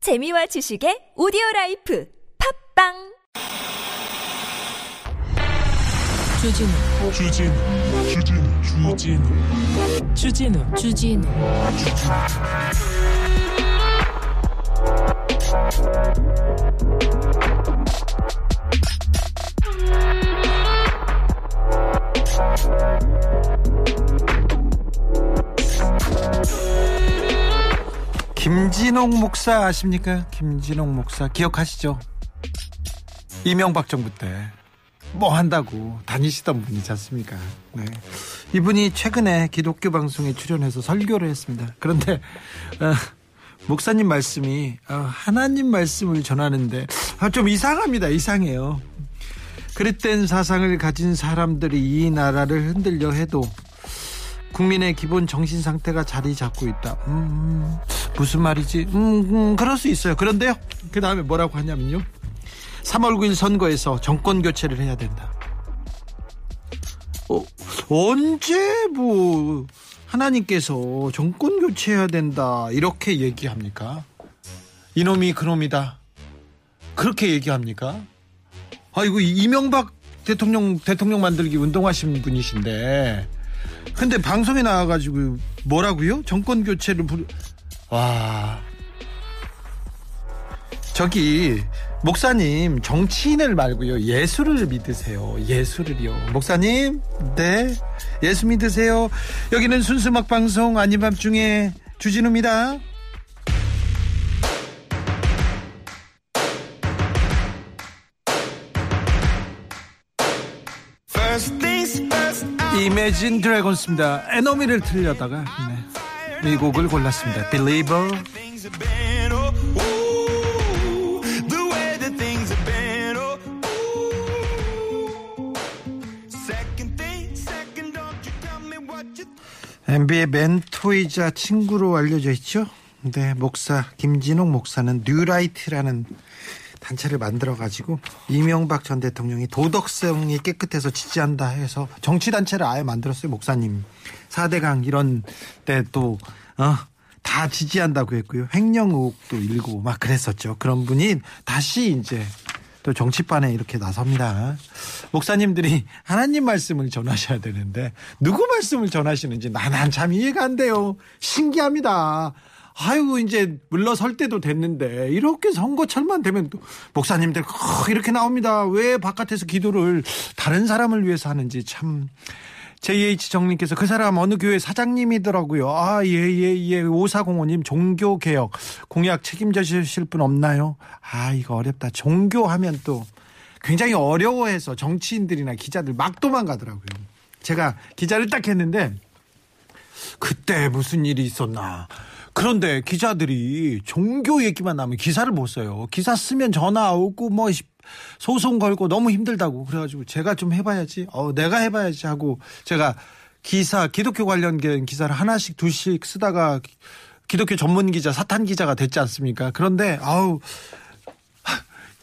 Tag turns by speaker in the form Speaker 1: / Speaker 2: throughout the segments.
Speaker 1: 재미와 지식의 오디오 라이프 팝빵
Speaker 2: 주진우
Speaker 3: 주진우 주진우 주진우
Speaker 2: 주진우 주진우
Speaker 4: 김진홍 목사 아십니까? 김진홍 목사 기억하시죠? 이명박 정부 때 뭐 한다고 다니시던 분이지 않습니까? 네. 이분이 최근에 기독교 방송에 출연해서 설교를 했습니다. 그런데 어, 목사님 말씀이 어, 하나님 말씀을 전하는데 아, 좀 이상합니다. 이상해요. 그릇된 사상을 가진 사람들이 이 나라를 흔들려 해도 국민의 기본 정신 상태가 자리 잡고 있다. 음, 무슨 말이지? 음, 음, 그럴 수 있어요. 그런데요. 그 다음에 뭐라고 하냐면요. 3월 9일 선거에서 정권 교체를 해야 된다. 어, 언제 뭐 하나님께서 정권 교체해야 된다 이렇게 얘기합니까? 이놈이 그놈이다 그렇게 얘기합니까? 아이고 이 이명박 대통령 대통령 만들기 운동하신 분이신데 근데 방송에 나와가지고 뭐라고요? 정권 교체를 부르 와 저기 목사님 정치인을 말고요 예수를 믿으세요 예수를요 목사님 네 예수 믿으세요 여기는 순수막 방송 아닌 밤중에 주진우입니다 이매진 드래곤스입니다 에너미를 틀려다가 네, 이 곡을 골랐습니다 Believer
Speaker 5: things have been. Oh, ooh, the way that things have been. Oh, ooh. Second thing, second, don't you tell me what you
Speaker 4: MB의 멘토이자 친구로 알려져 있죠. 네, 목사 김진홍 목사는 뉴라이트라는 단체를 만들어 가지고 이명박 전 대통령이 도덕성이 깨끗해서 지지한다 해서 정치 단체를 아예 만들었어요, 목사님. 4대강 이런 때또 어, 다 지지한다고 했고요. 횡령 의혹도 일고 막 그랬었죠. 그런 분이 다시 이제 또 정치판에 이렇게 나섭니다. 목사님들이 하나님 말씀을 전하셔야 되는데 누구 말씀을 전하시는지 나난 참 이해가 안 돼요. 신기합니다. 아이고 이제 물러설 때도 됐는데 이렇게 선거철만 되면 또 목사님들 크, 이렇게 나옵니다. 왜 바깥에서 기도를 다른 사람을 위해서 하는지 참 JH 정님께서 그 사람 어느 교회 사장님이더라고요. 아, 예, 예, 예. 5405님, 종교개혁, 공약 책임져 주실 분 없나요? 아, 이거 어렵다. 종교하면 또 굉장히 어려워해서 정치인들이나 기자들 막 도망가더라고요. 제가 기자를 딱 했는데, 그때 무슨 일이 있었나. 그런데 기자들이 종교 얘기만 나면 기사를 못 써요. 기사 쓰면 전화 오고 뭐 소송 걸고 너무 힘들다고 그래가지고 제가 좀 해봐야지. 어, 내가 해봐야지 하고 제가 기사 기독교 관련된 기사를 하나씩 두씩 쓰다가 기독교 전문 기자 사탄 기자가 됐지 않습니까? 그런데 아우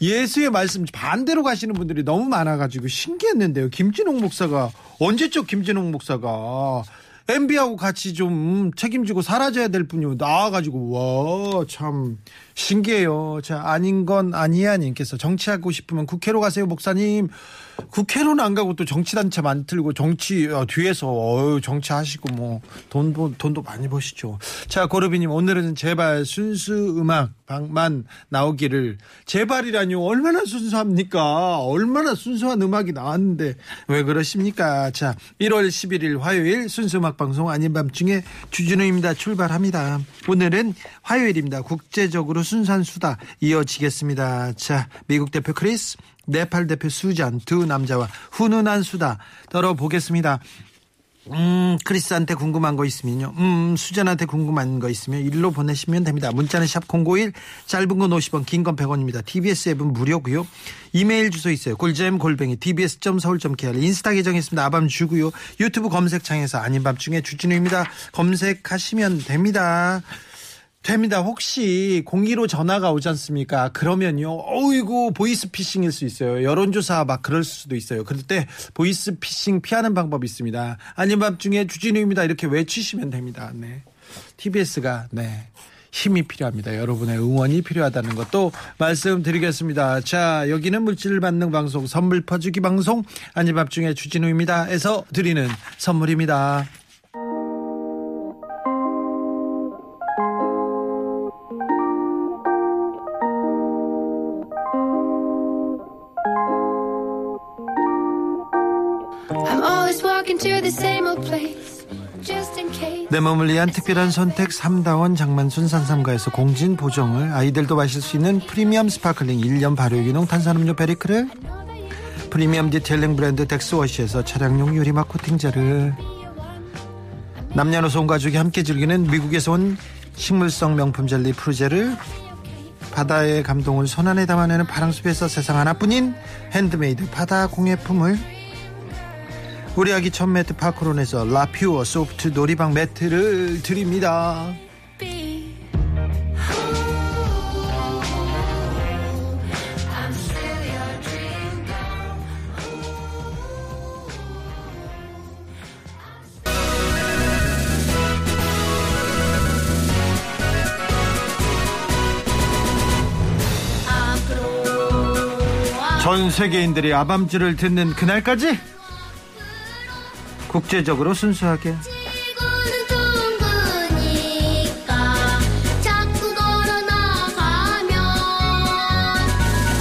Speaker 4: 예수의 말씀 반대로 가시는 분들이 너무 많아가지고 신기했는데요. 김진홍 목사가 언제적 김진홍 목사가 MB하고 같이 좀 책임지고 사라져야 될 분이 나와가지고 와 참 신기해요. 자 아닌 건 아니야 님께서 정치하고 싶으면 국회로 가세요 목사님. 국회로는 안 가고 또 정치단체 만들고 정치 어, 뒤에서 어유 정치하시고 뭐 돈도 돈도 많이 버시죠. 자 고르비님 오늘은 제발 순수 음악 방만 나오기를 제발이라뇨 얼마나 순수합니까? 얼마나 순수한 음악이 나왔는데 왜 그러십니까? 자 1월 11일 화요일 순수 음악 방송 아닌 밤중에 주진우입니다. 출발합니다. 오늘은 화요일입니다. 국제적으로 순수한 수다 이어지겠습니다. 자 미국 대표 크리스 네팔 대표 수잔 두 남자와 훈훈한 수다 떨어보겠습니다. 음, 크리스한테 궁금한 거 있으면요. 음, 수잔한테 궁금한 거 있으면 일로 보내시면 됩니다. 문자는 샵 091, 짧은 건 50원, 긴 건 100원입니다. TBS 앱은 무료고요. 이메일 주소 있어요. 골잼 골뱅이 tbs.서울.kr 인스타 계정 있습니다. 아밤 주고요. 유튜브 검색창에서 아닌 밤중에 주진우입니다. 검색하시면 됩니다. 됩니다. 혹시 공기로 전화가 오지 않습니까? 그러면요. 어이구, 보이스피싱일 수 있어요. 여론조사 막 그럴 수도 있어요. 그럴 때 보이스피싱 피하는 방법이 있습니다. 아닌 밤중에 주진우입니다. 이렇게 외치시면 됩니다. 네. TBS가, 네. 힘이 필요합니다. 여러분의 응원이 필요하다는 것도 말씀드리겠습니다. 자, 여기는 물질 받는 방송 선물 퍼주기 방송 아니밥 중에 주진우입니다.에서 드리는 선물입니다.
Speaker 6: I'm always walking to the same old place, just in case.
Speaker 4: 내 몸을 위한 특별한 선택 삼다원 장만순 산삼가에서 공진 보정을 아이들도 마실 수 있는 프리미엄 스파클링 1년 발효유기농 탄산음료 베리크를 프리미엄 디테일링 브랜드 덱스워시에서 차량용 유리막 코팅제를 남녀노소 온 가족이 함께 즐기는 미국에서 온 식물성 명품 젤리 프루제를 바다의 감동을 손안에 담아내는 파랑숲에서 세상 하나뿐인 핸드메이드 바다 공예품을 우리 아기 첫 매트 파크론에서 라퓨어 소프트 놀이방 매트를 드립니다. 전 세계인들이 아밤주를 듣는 그날까지 국제적으로 순수하게
Speaker 6: 지구는 둥그니까 자꾸 걸어 나가면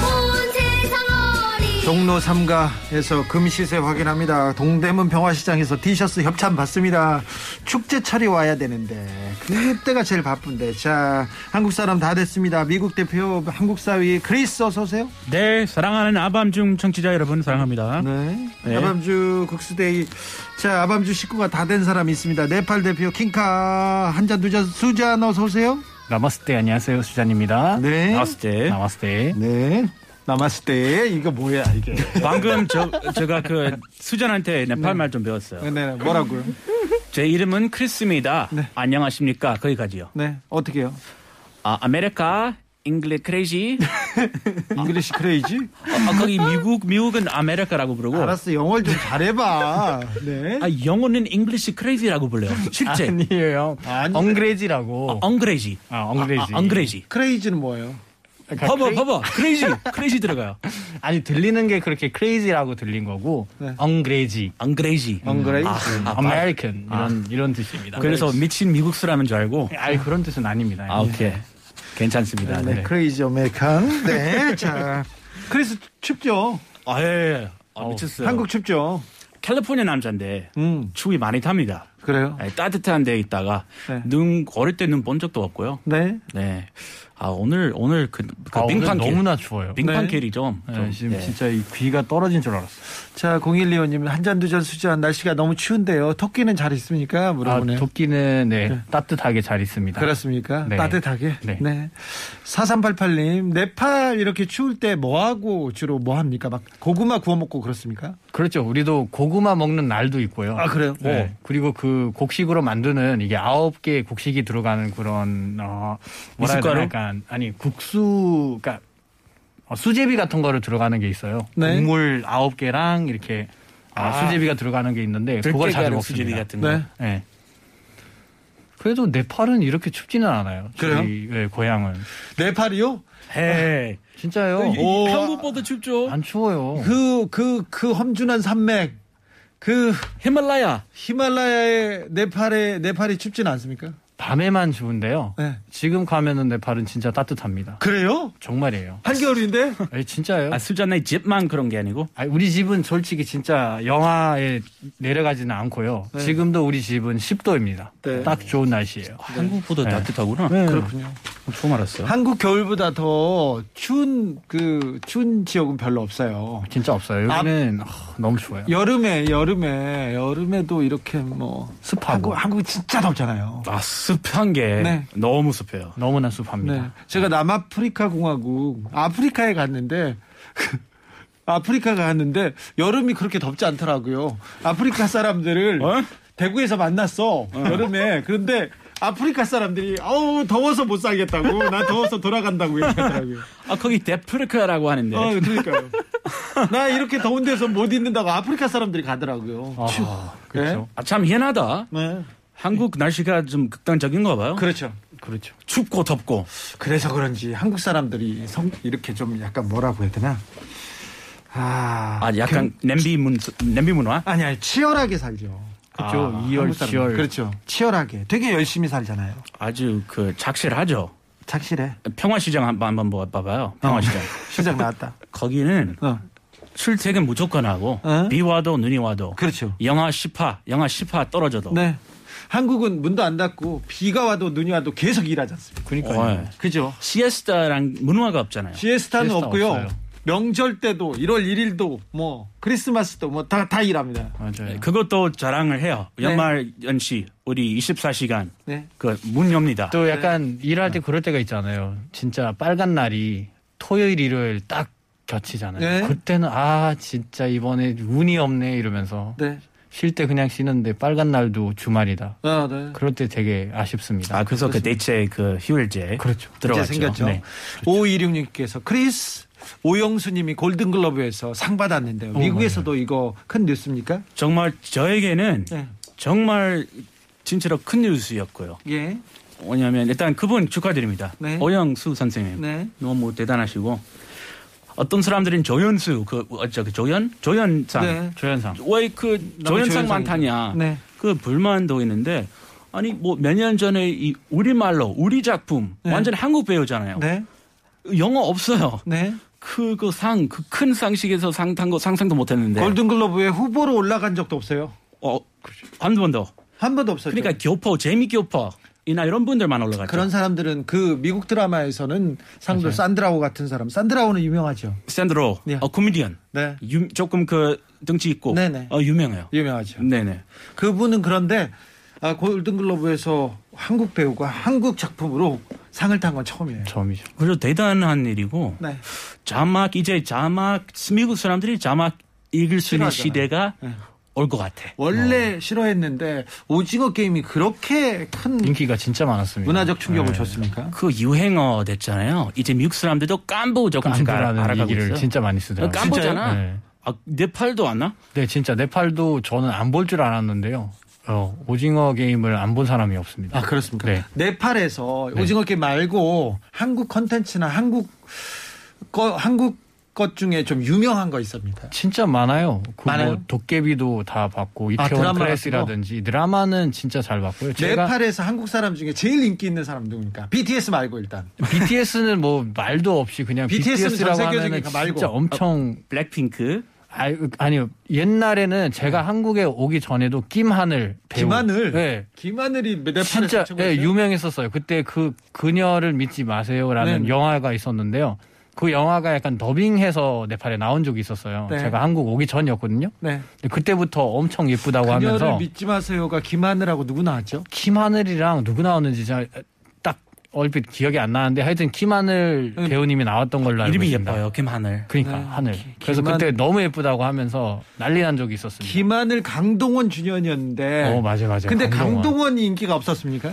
Speaker 6: 온 세상 어리.
Speaker 4: 종로 3가에서 금시세 확인합니다. 동대문 병화시장에서 티셔츠 협찬 받습니다. 축제 철이 와야 되는데 그때가 제일 바쁜데 자 한국 사람 다 됐습니다. 미국 대표 한국 사위 크리스 어서 오세요.
Speaker 7: 네, 사랑하는 아밤중 청취자 여러분 사랑합니다.
Speaker 4: 네.
Speaker 7: 네.
Speaker 4: 아밤주 국수데이. 자, 아밤주 식구가 다 된 사람이 있습니다. 네팔 대표 킹카 한 잔, 두 잔, 수잔 어서 오세요.
Speaker 8: 나마스테 안녕하세요 수잔입니다.
Speaker 4: 네.
Speaker 7: 나왔을
Speaker 8: 나마스테.
Speaker 4: 네. 남았을 때 이거 뭐야 이게?
Speaker 7: 때 방금 저 제가 그 수전한테 네팔 말 좀 배웠어요.
Speaker 4: 네, 뭐라고요?
Speaker 7: 제 이름은 크리스입니다.
Speaker 8: 네.
Speaker 7: 안녕하십니까? 거기까지요.
Speaker 4: 네, 어떻게요?
Speaker 7: 아, 아메리카 잉글리 크레이지. 어,
Speaker 4: 잉글리시 크레이지?
Speaker 7: 아, 거기 미국 미국은 아메리카라고 부르고
Speaker 4: 알았어, 영어를 좀 잘해봐. 네.
Speaker 7: 아, 영어는 잉글리시 크레이지라고 불러요. 실제
Speaker 8: 아니에요.
Speaker 4: 아니.
Speaker 8: 엉그레지라고.
Speaker 7: 엉그레이지.
Speaker 8: 아, 엉그레지. 그러니까
Speaker 7: 아, 엉그레이지.
Speaker 4: 크레이지는 뭐예요?
Speaker 7: 봐봐 봐봐. 크레이지. 크레이지 들어가요.
Speaker 8: 아니 들리는 게 그렇게 크레이지라고 들린 거고
Speaker 4: 네.
Speaker 8: 엉그레지.
Speaker 7: 엉그레이지.
Speaker 4: 엉그레이지.
Speaker 8: 아메리칸 음, 이런 이런 뜻입니다. 네.
Speaker 7: 그래서 미친 미국 수라는 줄 알고.
Speaker 8: 아니 그런 뜻은 아닙니다. 네.
Speaker 7: 아, 오케이. 괜찮습니다.
Speaker 4: 네,
Speaker 7: 네.
Speaker 4: 크레이지 어메리칸. 네, 자. 그래서 춥죠?
Speaker 7: 아, 예. 아, 미쳤어요.
Speaker 4: 한국 춥죠?
Speaker 7: 캘리포니아 남자인데
Speaker 4: 음,
Speaker 7: 추위 많이 탑니다.
Speaker 4: 그래요?
Speaker 7: 예, 따뜻한 데 있다가
Speaker 4: 네.
Speaker 7: 눈 어릴 때 눈 본 적도 없고요.
Speaker 4: 네.
Speaker 7: 네. 아 오늘 오늘 그, 그
Speaker 8: 아, 오늘
Speaker 7: 빙판 길
Speaker 8: 너무나 추워요.
Speaker 7: 빙판
Speaker 4: 네.
Speaker 7: 길이 좀,
Speaker 8: 네,
Speaker 7: 좀
Speaker 8: 지금
Speaker 7: 네.
Speaker 8: 진짜 이 귀가 떨어진 줄 알았어요.
Speaker 4: 자, 0125님, 한 잔, 두 잔, 수잔. 날씨가 너무 추운데요. 토끼는 잘 있습니까?
Speaker 8: 아,
Speaker 4: 물어보네요.
Speaker 8: 도끼는 네, 따뜻하게 잘 있습니다.
Speaker 4: 그렇습니까?
Speaker 8: 네.
Speaker 4: 따뜻하게. 아. 네.
Speaker 8: 네.
Speaker 4: 4388님, 네팔 이렇게 추울 때 뭐하고 주로 뭐 합니까? 막 고구마 구워 먹고 그렇습니까?
Speaker 8: 그렇죠. 우리도 고구마 먹는 날도 있고요.
Speaker 4: 아, 그래요?
Speaker 8: 네.
Speaker 4: 네.
Speaker 8: 그리고 그 곡식으로 만드는 이게 아홉 개의 곡식이 들어가는 그런 어 뭐라 해야
Speaker 7: 미숫가루?
Speaker 8: 되나 약간 아니 국수 그러니까 어, 수제비 같은 거를 들어가는 게 있어요.
Speaker 4: 네.
Speaker 8: 국물 아홉 개랑 이렇게 어,
Speaker 7: 아.
Speaker 8: 수제비가 들어가는 게 있는데 그걸 자주
Speaker 7: 들깨가루
Speaker 8: 먹습니다.
Speaker 7: 수제비 같은 거.
Speaker 4: 네.
Speaker 8: 네. 그래도 네팔은 이렇게 춥지는 않아요.
Speaker 4: 그래요?
Speaker 8: 저희 네, 고향은
Speaker 4: 네팔이요?
Speaker 7: 헤이.
Speaker 8: 진짜요.
Speaker 7: 이-
Speaker 4: 오.
Speaker 7: 한국보다 춥죠.
Speaker 8: 안 추워요.
Speaker 4: 그, 그, 그 험준한 산맥, 그
Speaker 7: 히말라야.
Speaker 4: 히말라야의 네팔에, 네팔이 춥진 않습니까?
Speaker 8: 밤에만 추운데요.
Speaker 4: 네.
Speaker 8: 지금 가면은 네팔은 진짜 따뜻합니다.
Speaker 4: 그래요?
Speaker 8: 정말이에요.
Speaker 4: 한겨울인데?
Speaker 8: 아니, 진짜요?
Speaker 7: 아, 수잔의 집만 그런 게 아니고.
Speaker 8: 아니, 우리 집은 솔직히 진짜 영하에 내려가지는 않고요. 지금도 우리 집은 10도입니다.
Speaker 4: 네.
Speaker 8: 딱 좋은 날씨예요.
Speaker 7: 한국보다
Speaker 8: 네.
Speaker 7: 따뜻하구나.
Speaker 4: 그렇군요.
Speaker 7: 처음 알았어요.
Speaker 4: 한국 겨울보다 더 추운 그 추운 지역은 별로 없어요.
Speaker 8: 진짜 없어요. 여기는 아, 너무 추워요.
Speaker 4: 여름에 여름에 여름에도 이렇게 뭐
Speaker 8: 습하고
Speaker 4: 한국 한국 진짜 덥잖아요.
Speaker 7: 아 습한 게
Speaker 4: 네.
Speaker 7: 너무 습해요.
Speaker 8: 너무나
Speaker 4: 네,
Speaker 8: 습합니다.
Speaker 4: 제가 남아프리카 공화국 아프리카에 갔는데 아프리카 갔는데 여름이 그렇게 덥지 않더라고요. 아프리카 사람들을
Speaker 7: 어?
Speaker 4: 대구에서 만났어 여름에 그런데 아프리카 사람들이 아우 더워서 못 살겠다고 나 더워서 돌아간다고 얘기하더라고요.
Speaker 7: 아 거기 데프리카라고 하는데.
Speaker 4: 어,
Speaker 8: 예.
Speaker 4: 그러니까요. 나 이렇게 더운 데서 못 있는다고 아프리카 사람들이 가더라고요. 추-
Speaker 8: 아, 그렇죠.
Speaker 7: 아, 참 희한하다.
Speaker 4: 네.
Speaker 7: 한국 날씨가 좀 극단적인가 봐요.
Speaker 4: 그렇죠.
Speaker 8: 그렇죠.
Speaker 7: 춥고 덥고
Speaker 4: 그래서 그런지 한국 사람들이 성, 이렇게 좀 약간 뭐라고 해야 되나? 아,
Speaker 7: 아 약간 냄비 문 냄비 문화
Speaker 4: 아니 아니 치열하게 살죠.
Speaker 8: 그렇죠.
Speaker 7: 아,
Speaker 8: 이열
Speaker 4: 한국 사람들.
Speaker 8: 치열.
Speaker 4: 그렇죠. 치열하게 되게 열심히 살잖아요.
Speaker 7: 아주 그 작실하죠.
Speaker 4: 착실해.
Speaker 7: 평화시장 한번 한번 봐-
Speaker 4: 어.
Speaker 7: 봐봐요. 평화시장
Speaker 4: 시장 나왔다.
Speaker 7: 거기는
Speaker 4: 어,
Speaker 7: 출퇴근 무조건 하고
Speaker 4: 어?
Speaker 7: 비 와도 눈이 와도
Speaker 4: 그렇죠.
Speaker 7: 영하 10파 영하 10파 떨어져도
Speaker 4: 네. 한국은 문도 안 닫고 비가 와도 눈이 와도 계속 일하지 않습니까?
Speaker 7: 어,
Speaker 8: 그러니까요.
Speaker 7: 예.
Speaker 4: 그죠?
Speaker 7: 시에스타랑 문화가 없잖아요.
Speaker 4: 시에스타는
Speaker 8: 시에스타
Speaker 4: 없고요.
Speaker 8: 없어요.
Speaker 4: 명절 때도 1월 1일도 뭐 크리스마스도 뭐 다 다 일합니다.
Speaker 8: 맞아요.
Speaker 7: 예, 그것도 자랑을 해요.
Speaker 4: 네.
Speaker 7: 연말 연시 우리 24시간
Speaker 4: 네.
Speaker 7: 그 문 엽니다.
Speaker 8: 또 약간 일할 때 그럴 때가 있잖아요. 진짜 빨간 날이 토요일 일요일 딱 겹치잖아요.
Speaker 4: 네.
Speaker 8: 그때는 아 진짜 이번에 운이 없네 이러면서
Speaker 4: 네.
Speaker 8: 쉴 때 그냥 쉬는데 빨간 날도 주말이다.
Speaker 4: 아, 네.
Speaker 8: 그럴 때 되게 아쉽습니다.
Speaker 7: 아 그래서 그 대체 그 휴일제
Speaker 8: 그렇죠.
Speaker 4: 이제
Speaker 7: 들어갔죠.
Speaker 4: 생겼죠.
Speaker 7: 네.
Speaker 4: 5516님께서 크리스 오영수님이 골든글러브에서 상 받았는데요. 미국에서도 이거 큰 뉴스입니까?
Speaker 7: 정말 저에게는
Speaker 4: 네.
Speaker 7: 정말 진짜로 큰 뉴스였고요.
Speaker 4: 예.
Speaker 7: 왜냐하면 일단 그분 축하드립니다.
Speaker 4: 네.
Speaker 7: 오영수 선생님
Speaker 4: 네.
Speaker 7: 너무 대단하시고 어떤 사람들은 조연수 그 어저 그 조연 조연상
Speaker 4: 네.
Speaker 8: 조연상.
Speaker 7: 왜 그
Speaker 4: 조연상이죠.
Speaker 7: 조연상만 타냐
Speaker 4: 네.
Speaker 7: 그 불만도 있는데 아니 뭐 몇 년 전에 이 우리말로 우리 작품
Speaker 4: 네.
Speaker 7: 완전 한국 배우잖아요.
Speaker 4: 네.
Speaker 7: 영어 없어요.
Speaker 4: 네.
Speaker 7: 그거 상, 그 큰 상식에서 상 탄 거 상상도 못 했는데.
Speaker 4: 골든글러브에 후보로 올라간 적도 없어요.
Speaker 7: 어, 한 번 더.
Speaker 4: 한 번도 없었죠.
Speaker 7: 그러니까 교포, 재미 교포이나 이런 분들만 올라갔죠.
Speaker 4: 그렇죠. 그런 사람들은 그 미국 드라마에서는 상도 산드라오 같은 사람. 산드라오는 유명하죠.
Speaker 7: 샌드로,
Speaker 4: 네.
Speaker 7: 어, 코미디언.
Speaker 4: 네.
Speaker 7: 유- 조금 그 등치 있고.
Speaker 4: 네네.
Speaker 7: 어, 유명해요.
Speaker 4: 유명하죠.
Speaker 7: 네네.
Speaker 4: 그분은 그런데 아, 골든글러브에서 한국 배우가 한국 작품으로 상을 탄 건 처음이에요.
Speaker 8: 처음이죠.
Speaker 7: 그래서 대단한 일이고.
Speaker 4: 네.
Speaker 7: 자막, 이제 자막, 미국 사람들이 자막 읽을 수
Speaker 4: 싫어하잖아요.
Speaker 7: 있는
Speaker 4: 네.
Speaker 7: 시대가 올 것 같아.
Speaker 4: 원래 싫어했는데 오징어 게임이 그렇게 큰
Speaker 8: 인기가 네. 진짜 많았습니다.
Speaker 4: 문화적 충격을 줬습니까?
Speaker 7: 그 유행어 됐잖아요. 이제 미국 사람들도 깐부 조금씩 알아-
Speaker 8: 깐부라는
Speaker 7: 알아가고
Speaker 8: 얘기를
Speaker 7: 있어요.
Speaker 8: 진짜 많이 쓰더라고요.
Speaker 7: 깐부잖아.
Speaker 8: 진짜요? 네.
Speaker 7: 아, 네팔도 안 나?
Speaker 8: 네, 진짜 네팔도 저는 안 볼 줄 알았는데요. 어, 오징어 게임을 안 본 사람이 없습니다.
Speaker 4: 아 그렇습니까?
Speaker 8: 네.
Speaker 4: 네팔에서 오징어 게임 말고 한국 컨텐츠나 한국 거 한국 것 중에 좀 유명한 거 있습니다.
Speaker 8: 진짜 많아요. 그뭐
Speaker 4: 많아요?
Speaker 8: 도깨비도 다 봤고
Speaker 4: 아,
Speaker 8: 이태원
Speaker 4: 드라마
Speaker 8: 클래스라든지 드라마는 진짜 잘 봤고요. 제가
Speaker 4: 네팔에서 한국 사람 중에 제일 인기 있는 사람 누굽니까? BTS 말고 일단
Speaker 8: 아, BTS는 뭐 말도 없이 그냥
Speaker 4: BTS 는
Speaker 8: BTS라고
Speaker 4: 전 세계적인
Speaker 8: 하면은
Speaker 4: 거 말고. 어.
Speaker 8: 진짜 엄청
Speaker 7: 블랙핑크.
Speaker 8: 아, 아니요 옛날에는 제가 한국에 오기 전에도 김하늘 배우
Speaker 4: 네. 김하늘.
Speaker 8: 네.
Speaker 4: 김하늘이 네팔에서
Speaker 8: 진짜 예,
Speaker 4: 최고였어요?
Speaker 8: 유명했었어요. 그때 그 그녀를 믿지 마세요라는
Speaker 4: 네.
Speaker 8: 영화가 있었는데요. 그 영화가 약간 더빙해서 네팔에 나온 적이 있었어요.
Speaker 4: 네.
Speaker 8: 제가 한국 오기 전이었거든요.
Speaker 4: 네.
Speaker 8: 근데 그때부터 엄청 예쁘다고
Speaker 4: 그녀를
Speaker 8: 하면서
Speaker 4: 믿지 마세요가 김하늘하고 누구 나왔죠?
Speaker 8: 김하늘이랑 누구 나오는지 제가 딱 얼핏 기억이 안 나는데 하여튼 김하늘
Speaker 4: 음.
Speaker 8: 배우님이 나왔던 걸로 알고
Speaker 7: 이름이
Speaker 8: 있습니다.
Speaker 7: 예뻐요. 김하늘.
Speaker 8: 그러니까
Speaker 4: 네.
Speaker 8: 하늘.
Speaker 4: 기-
Speaker 8: 그래서
Speaker 4: 김한-
Speaker 8: 그때 너무 예쁘다고 하면서 난리 난 적이 있었습니다.
Speaker 4: 김하늘 강동원 주년이었는데.
Speaker 8: 네. 어 맞아 맞아.
Speaker 4: 근데
Speaker 8: 강동원.
Speaker 4: 강동원. 이 인기가 없었습니까?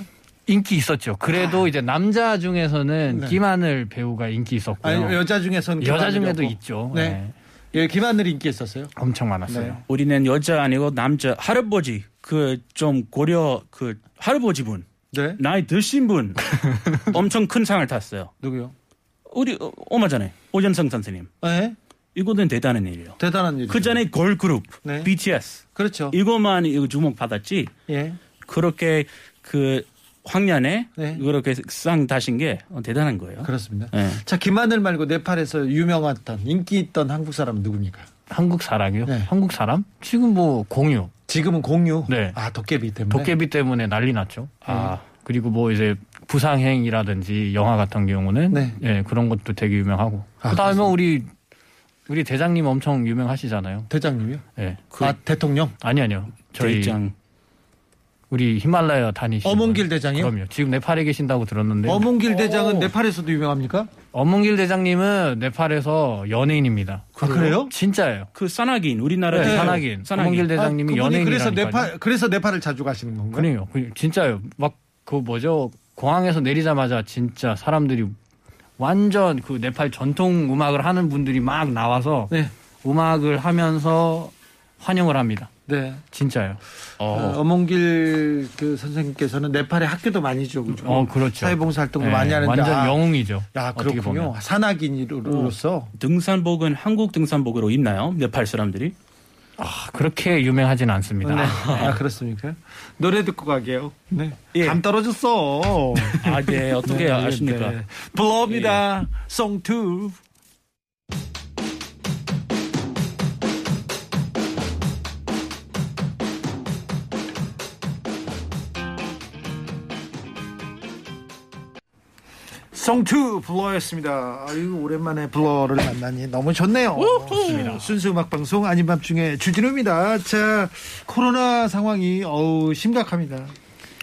Speaker 8: 인기 있었죠. 그래도
Speaker 4: 아.
Speaker 8: 이제 남자 중에서는 김하늘 배우가 인기 있었고요.
Speaker 4: 네. 아니, 여자 중에선
Speaker 8: 여자
Speaker 4: 김하늘이
Speaker 8: 중에도
Speaker 4: 없고.
Speaker 8: 있죠.
Speaker 4: 네.
Speaker 8: 네.
Speaker 4: 예, 김하늘 인기 있었어요.
Speaker 8: 엄청 많았어요.
Speaker 4: 네.
Speaker 7: 우리는 여자 아니고 남자 할아버지 그 좀 고려 그 할아버지분
Speaker 4: 네.
Speaker 7: 나이 드신 분 엄청 큰 상을 탔어요.
Speaker 4: 누구요?
Speaker 7: 우리 어, 얼마 전에 오전성 선생님
Speaker 4: 네.
Speaker 7: 이거는 대단한 일이에요.
Speaker 4: 대단한 일이.
Speaker 7: 그 전에 걸그룹
Speaker 4: 네.
Speaker 7: BTS
Speaker 4: 그렇죠.
Speaker 7: 이것만 이거 주목 받았지
Speaker 4: 예.
Speaker 7: 그렇게 그 황년에
Speaker 4: 네.
Speaker 7: 그렇게 상 다신 게 어, 대단한 거예요.
Speaker 4: 그렇습니다.
Speaker 7: 네.
Speaker 4: 자, 김하늘 말고 네팔에서 유명했던 인기 있던 한국 사람은 누굽니까?
Speaker 8: 한국 사람이요?
Speaker 4: 네.
Speaker 8: 한국 사람? 지금 뭐 공유,
Speaker 4: 지금은 공유.
Speaker 8: 네.
Speaker 4: 아, 도깨비 때문에.
Speaker 8: 도깨비 때문에 난리 났죠. 아
Speaker 4: 네.
Speaker 8: 그리고 뭐 이제 부상행이라든지 영화 같은 경우는
Speaker 4: 네.
Speaker 8: 예, 그런 것도 되게 유명하고.
Speaker 4: 아,
Speaker 8: 그다음에
Speaker 4: 그렇습니다.
Speaker 8: 우리 우리 대장님 엄청 유명하시잖아요.
Speaker 4: 대장님이요?
Speaker 8: 예.
Speaker 4: 아, 대통령.
Speaker 8: 아니 아니요. 저희
Speaker 7: 대장
Speaker 8: 우리 히말라야 다니시는
Speaker 4: 어몽길
Speaker 8: 분.
Speaker 4: 대장이요?
Speaker 8: 그럼요. 지금 네팔에 계신다고 들었는데 어몽...
Speaker 4: 어몽길 대장은 네팔에서도 유명합니까?
Speaker 8: 길 대장님은 네팔에서 연예인입니다.
Speaker 4: 아, 그래요?
Speaker 8: 진짜요?
Speaker 7: 그 사나긴 우리나라
Speaker 8: 네,
Speaker 7: 대표
Speaker 8: 산악인. 어몽길
Speaker 7: 사나긴
Speaker 8: 대장님이
Speaker 4: 아, 그분이 그래서
Speaker 8: 연예인이라니까요.
Speaker 4: 네팔 그래서 네팔을 자주 가시는 건가요?
Speaker 8: 그래요. 그- 진짜요. 막 그 뭐죠? 공항에서 내리자마자 진짜 사람들이 완전 그 네팔 전통 음악을 하는 분들이 막 나와서
Speaker 4: 네.
Speaker 8: 음악을 하면서 환영을 합니다.
Speaker 4: 네.
Speaker 8: 진짜요.
Speaker 4: 어. 몽길그 선생님께서는 네팔에 학교도 많이 주고
Speaker 8: 어, 그렇죠.
Speaker 4: 뭐 사회봉사 활동도
Speaker 8: 네,
Speaker 4: 많이 하는데
Speaker 8: 완전
Speaker 4: 아,
Speaker 8: 영웅이죠.
Speaker 4: 야
Speaker 8: 어떻게
Speaker 4: 그렇군요.
Speaker 8: 보면.
Speaker 4: 산악인으로서
Speaker 7: 등산복은 한국 등산복으로 입나요? 네팔 사람들이?
Speaker 8: 아, 그렇게 유명하진 않습니다.
Speaker 4: 네. 아, 그렇습니까? 노래 듣고 가게요. 네.
Speaker 7: 예.
Speaker 4: 감 떨어졌어.
Speaker 7: 아, 네. 어떻게
Speaker 4: 네,
Speaker 7: 아십니까? 예.
Speaker 4: 네. 블러입니다. Song 2. 송투 블러였습니다. 아유 오랜만에 블러를 만나니 너무 좋네요. 좋습니다. 순수 음악 방송 아닌 밤 중에 주진우입니다. 자 코로나 상황이 어우 심각합니다.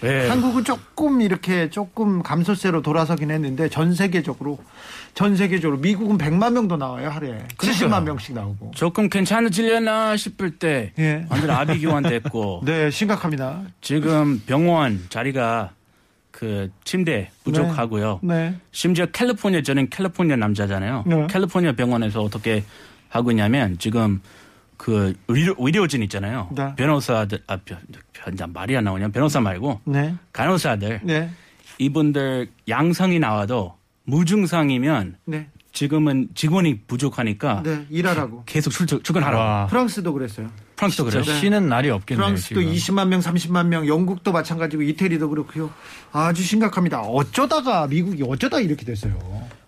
Speaker 7: 네.
Speaker 4: 한국은 조금 이렇게 조금 감소세로 돌아서긴 했는데 전 세계적으로 전 세계적으로 미국은 100만 명도 나와요 하루에 70만 명씩 나오고
Speaker 7: 조금 괜찮아지려나 싶을 때
Speaker 4: 예.
Speaker 7: 완전 아비규환 됐고
Speaker 4: 네 심각합니다.
Speaker 7: 지금 병원 자리가 그 침대 부족하고요.
Speaker 4: 네.
Speaker 7: 심지어 캘리포니아 저는 캘리포니아 남자잖아요.
Speaker 4: 네.
Speaker 7: 캘리포니아 병원에서 어떻게 하고 있냐면 지금 그 의료, 의료진 있잖아요.
Speaker 4: 네.
Speaker 7: 변호사들 아 변, 변 말이 안 나오냐 변호사 말고
Speaker 4: 네.
Speaker 7: 간호사들
Speaker 4: 네.
Speaker 7: 이분들 양성이 나와도 무증상이면
Speaker 4: 네.
Speaker 7: 지금은 직원이 부족하니까
Speaker 4: 네. 일하라고.
Speaker 7: 계속 출근, 출근하라고.
Speaker 8: 와,
Speaker 4: 프랑스도 그랬어요.
Speaker 7: 프랑스도 그래요.
Speaker 8: 진짜 쉬는 날이 없겠네요.
Speaker 4: 네. 프랑스도
Speaker 8: 지금.
Speaker 4: 20만 명, 30만 명, 영국도 마찬가지고 이태리도 그렇고요. 아주 심각합니다. 어쩌다가 미국이 어쩌다 이렇게 됐어요.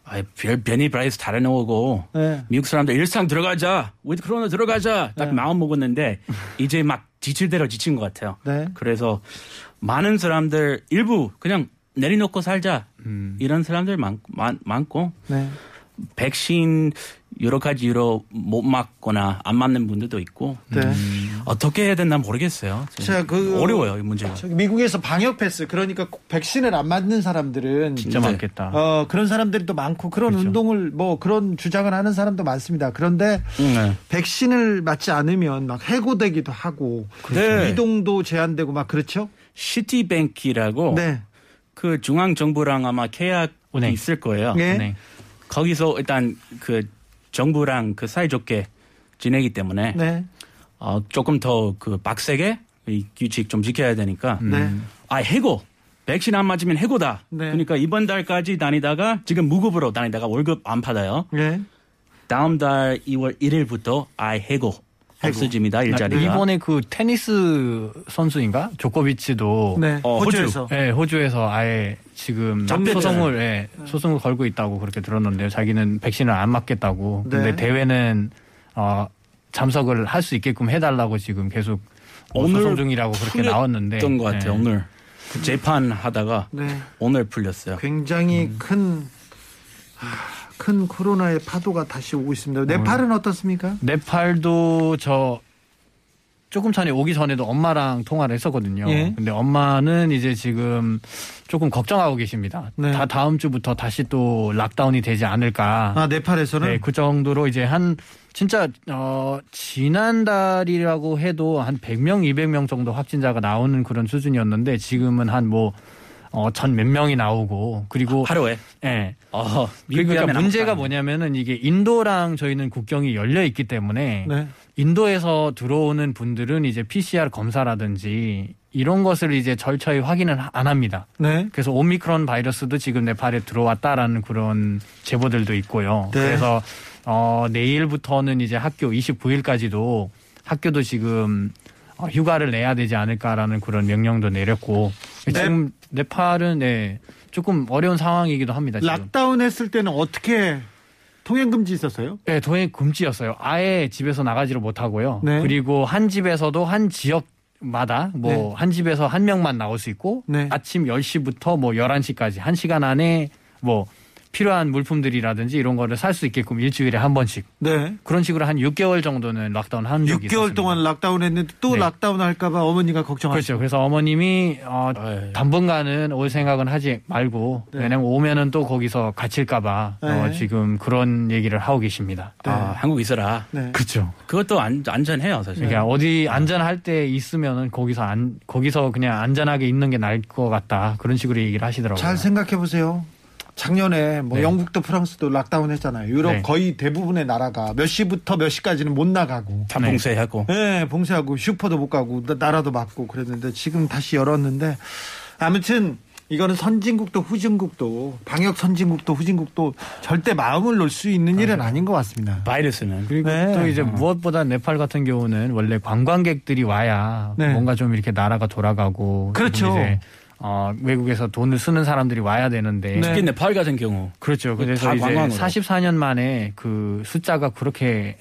Speaker 7: 아이, 별, 베니 브라이스 다려놓고
Speaker 4: 네.
Speaker 7: 미국 사람들 일상 들어가자. 위드 코로나 들어가자. 딱 마음 먹었는데 이제 막 지칠 대로 지친 것 같아요.
Speaker 4: 네.
Speaker 7: 그래서 많은 사람들 일부 그냥 내려놓고 살자. 이런 사람들 많, 많, 많고
Speaker 4: 음. 네.
Speaker 7: 백신 여러 가지 이유로 못 맞거나 안 맞는 분들도 있고 음.
Speaker 4: 네.
Speaker 7: 어떻게 해야 되나 모르겠어요.
Speaker 4: 자, 그-
Speaker 7: 어려워요 이 문제가.
Speaker 4: 저기 미국에서 방역 패스 그러니까 꼭 백신을 안 맞는 사람들은
Speaker 8: 진짜
Speaker 7: 네.
Speaker 8: 많겠다.
Speaker 4: 어, 그런 사람들도 많고 그런 운동을 뭐 그런 주장을 하는 사람도 많습니다. 그런데
Speaker 7: 음, 네.
Speaker 4: 백신을 맞지 않으면 막 해고되기도 하고
Speaker 7: 네.
Speaker 4: 이동도 제한되고 막 그렇죠?
Speaker 7: 시티뱅키라고
Speaker 4: 네.
Speaker 7: 그 중앙 정부랑 아마 계약이
Speaker 8: 은행.
Speaker 7: 있을 거예요.
Speaker 4: 네.
Speaker 8: 네.
Speaker 7: 거기서 일단 그 정부랑 그 사이좋게 지내기 때문에
Speaker 4: 네.
Speaker 7: 어, 조금 더 그 빡세게 이 규칙 좀 지켜야 되니까
Speaker 4: 네.
Speaker 7: 아 해고 백신 안 맞으면 해고다.
Speaker 4: 네.
Speaker 7: 그러니까 이번 달까지 다니다가 지금 무급으로 다니다가 월급 안 받아요.
Speaker 4: 네.
Speaker 7: 다음 달 2월 1일부터 아예 해고 없어집니다 일자리가.
Speaker 8: 아, 이번에 그 테니스 선수인가 조코비치도
Speaker 4: 네.
Speaker 7: 어,
Speaker 4: 호주에서
Speaker 8: 예, 호주에서 아예 지금
Speaker 7: 잡혔잖아요.
Speaker 8: 소송을 예,
Speaker 4: 네.
Speaker 8: 소송을 걸고 있다고 그렇게 들었는데요. 자기는 백신을 안 맞겠다고.
Speaker 4: 네.
Speaker 8: 근데 대회는 어, 잠석을 할 수 있게끔 해달라고 지금 계속 뭐 소송 중이라고 그렇게
Speaker 7: 풀렸던
Speaker 8: 나왔는데.
Speaker 7: 것 같아요.
Speaker 8: 예.
Speaker 7: 오늘 그 재판 하다가
Speaker 4: 네. 음.
Speaker 7: 오늘 풀렸어요.
Speaker 4: 굉장히 큰. 아, 큰 코로나의 파도가 다시 오고 있습니다. 네팔은 어떻습니까?
Speaker 8: 네팔도 저 조금 전에 오기 전에도 엄마랑 통화를 했었거든요.
Speaker 4: 예.
Speaker 8: 근데 엄마는 이제 지금 조금 걱정하고 계십니다.
Speaker 4: 네.
Speaker 8: 다 다음 주부터 다시 또 락다운이 되지 않을까.
Speaker 4: 아, 네팔에서는
Speaker 8: 네, 그 정도로 이제 한 진짜 어 지난달이라고 해도 한 100명, 200명 정도 확진자가 나오는 그런 수준이었는데 지금은 뭐, 한뭐어천 몇 명이 나오고 그리고
Speaker 7: 하루에.
Speaker 8: 예.
Speaker 7: 어, 미국이
Speaker 8: 그러니까
Speaker 7: 하면
Speaker 8: 문제가
Speaker 7: 아무것도 안 해요.
Speaker 8: 뭐냐면은 이게 인도랑 저희는 국경이 열려 있기 때문에
Speaker 4: 네.
Speaker 8: 인도에서 들어오는 분들은 이제 PCR 검사라든지 이런 것을 이제 절차에 확인을 안 합니다.
Speaker 4: 네.
Speaker 8: 그래서 오미크론 바이러스도 지금 네팔에 들어왔다라는 그런 제보들도 있고요.
Speaker 4: 네.
Speaker 8: 그래서 어, 내일부터는 이제 학교 29일까지도 학교도 지금 어, 휴가를 내야 되지 않을까라는 그런 명령도 내렸고
Speaker 7: 네.
Speaker 8: 지금 네팔은 네, 조금 어려운 상황이기도 합니다. 지금.
Speaker 4: 락다운 했을 때는 어떻게 통행 금지 있었어요?
Speaker 8: 네, 동행 금지였어요. 아예 집에서 나가지를 못하고요.
Speaker 4: 네.
Speaker 8: 그리고 한 집에서도 한 지역마다 뭐
Speaker 4: 네.
Speaker 8: 한 집에서 한 명만 나올 수 있고
Speaker 4: 네.
Speaker 8: 아침 10시부터 뭐 11시까지 한시간 안에 뭐 필요한 물품들이라든지 이런 거를 살 수 있게끔 일주일에 한 번씩
Speaker 4: 네.
Speaker 8: 그런 식으로 한 6개월 정도는 락다운 한 적이
Speaker 4: 6개월
Speaker 8: 있었습니다.
Speaker 4: 동안 락다운 했는데 또
Speaker 8: 네.
Speaker 4: 락다운 할까봐 어머니가 걱정하셨죠.
Speaker 8: 그렇죠. 그래서 어머님이 어,
Speaker 7: 아유.
Speaker 8: 당분간은 올 생각은 하지 말고
Speaker 4: 예, 네.
Speaker 8: 왜냐면 오면은 또 거기서 갇힐까 봐 어,
Speaker 4: 네.
Speaker 8: 지금 그런 얘기를 하고 계십니다.
Speaker 7: 아, 한국 있어라.
Speaker 4: 네.
Speaker 8: 그렇죠.
Speaker 7: 그것도 안, 안전해요 사실.
Speaker 8: 그러니까 어디 안전할 때 있으면은 거기서 안 거기서 그냥 안전하게 있는 게 나을 것 같다 그런 식으로 얘기를 하시더라고요.
Speaker 4: 잘 생각해 보세요. 작년에 뭐
Speaker 8: 그렇죠. 네.
Speaker 4: 영국도 프랑스도 락다운 했잖아요. 유럽
Speaker 8: 네.
Speaker 4: 거의 대부분의 나라가 몇 시부터 몇 시까지는 못 나가고
Speaker 7: 다 봉쇄하고
Speaker 8: 네.
Speaker 4: 예, 봉쇄하고 슈퍼도 못 가고 나- 나라도 막고 그랬는데 지금 다시 열었는데 아무튼 이거는 선진국도 후진국도 방역 선진국도 후진국도 절대 마음을 놓을 수 있는 일은 아닌 것 같습니다.
Speaker 7: 바이러스는
Speaker 8: 그리고
Speaker 4: 네.
Speaker 8: 또 이제 무엇보다 네팔 같은 경우는 원래 관광객들이 와야
Speaker 4: 네.
Speaker 8: 뭔가 좀 이렇게 나라가 돌아가고
Speaker 4: 그렇죠.
Speaker 8: 이제 어, 외국에서 돈을 쓰는 사람들이 와야 되는데
Speaker 4: 네.
Speaker 7: 특히 네팔 같은 경우
Speaker 8: 그렇죠.
Speaker 7: 다
Speaker 8: 그래서 이제
Speaker 7: 관광으로.
Speaker 8: 44년 만에 그 숫자가 그렇게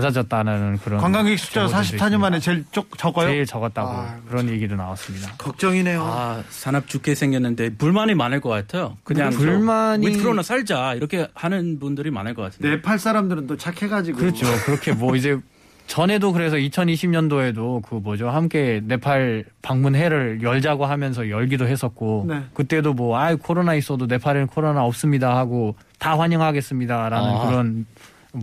Speaker 8: 낮아졌다는 그런
Speaker 4: 관광객 숫자
Speaker 8: 정보들도
Speaker 4: 44년 만에 제일 쪽, 적어요.
Speaker 8: 제일 적었다고
Speaker 4: 아,
Speaker 8: 그런 얘기도 나왔습니다.
Speaker 4: 걱정이네요.
Speaker 7: 아 산업 죽게 생겼는데 불만이 많을 것 같아요. 그냥
Speaker 8: 그 불만이-
Speaker 7: 저 윈프로나 살자 이렇게 하는 분들이 많을 것 같은데
Speaker 4: 네팔 사람들은 또 착해가지고
Speaker 8: 그렇죠. 그렇게 뭐 이제 전에도 그래서 2020년도에도 그 뭐죠 함께 네팔 방문회를 열자고 하면서 열기도 했었고
Speaker 4: 네.
Speaker 8: 그때도 뭐 아 코로나 있어도 네팔에는 코로나 없습니다 하고 다 환영하겠습니다라는
Speaker 7: 아.
Speaker 8: 그런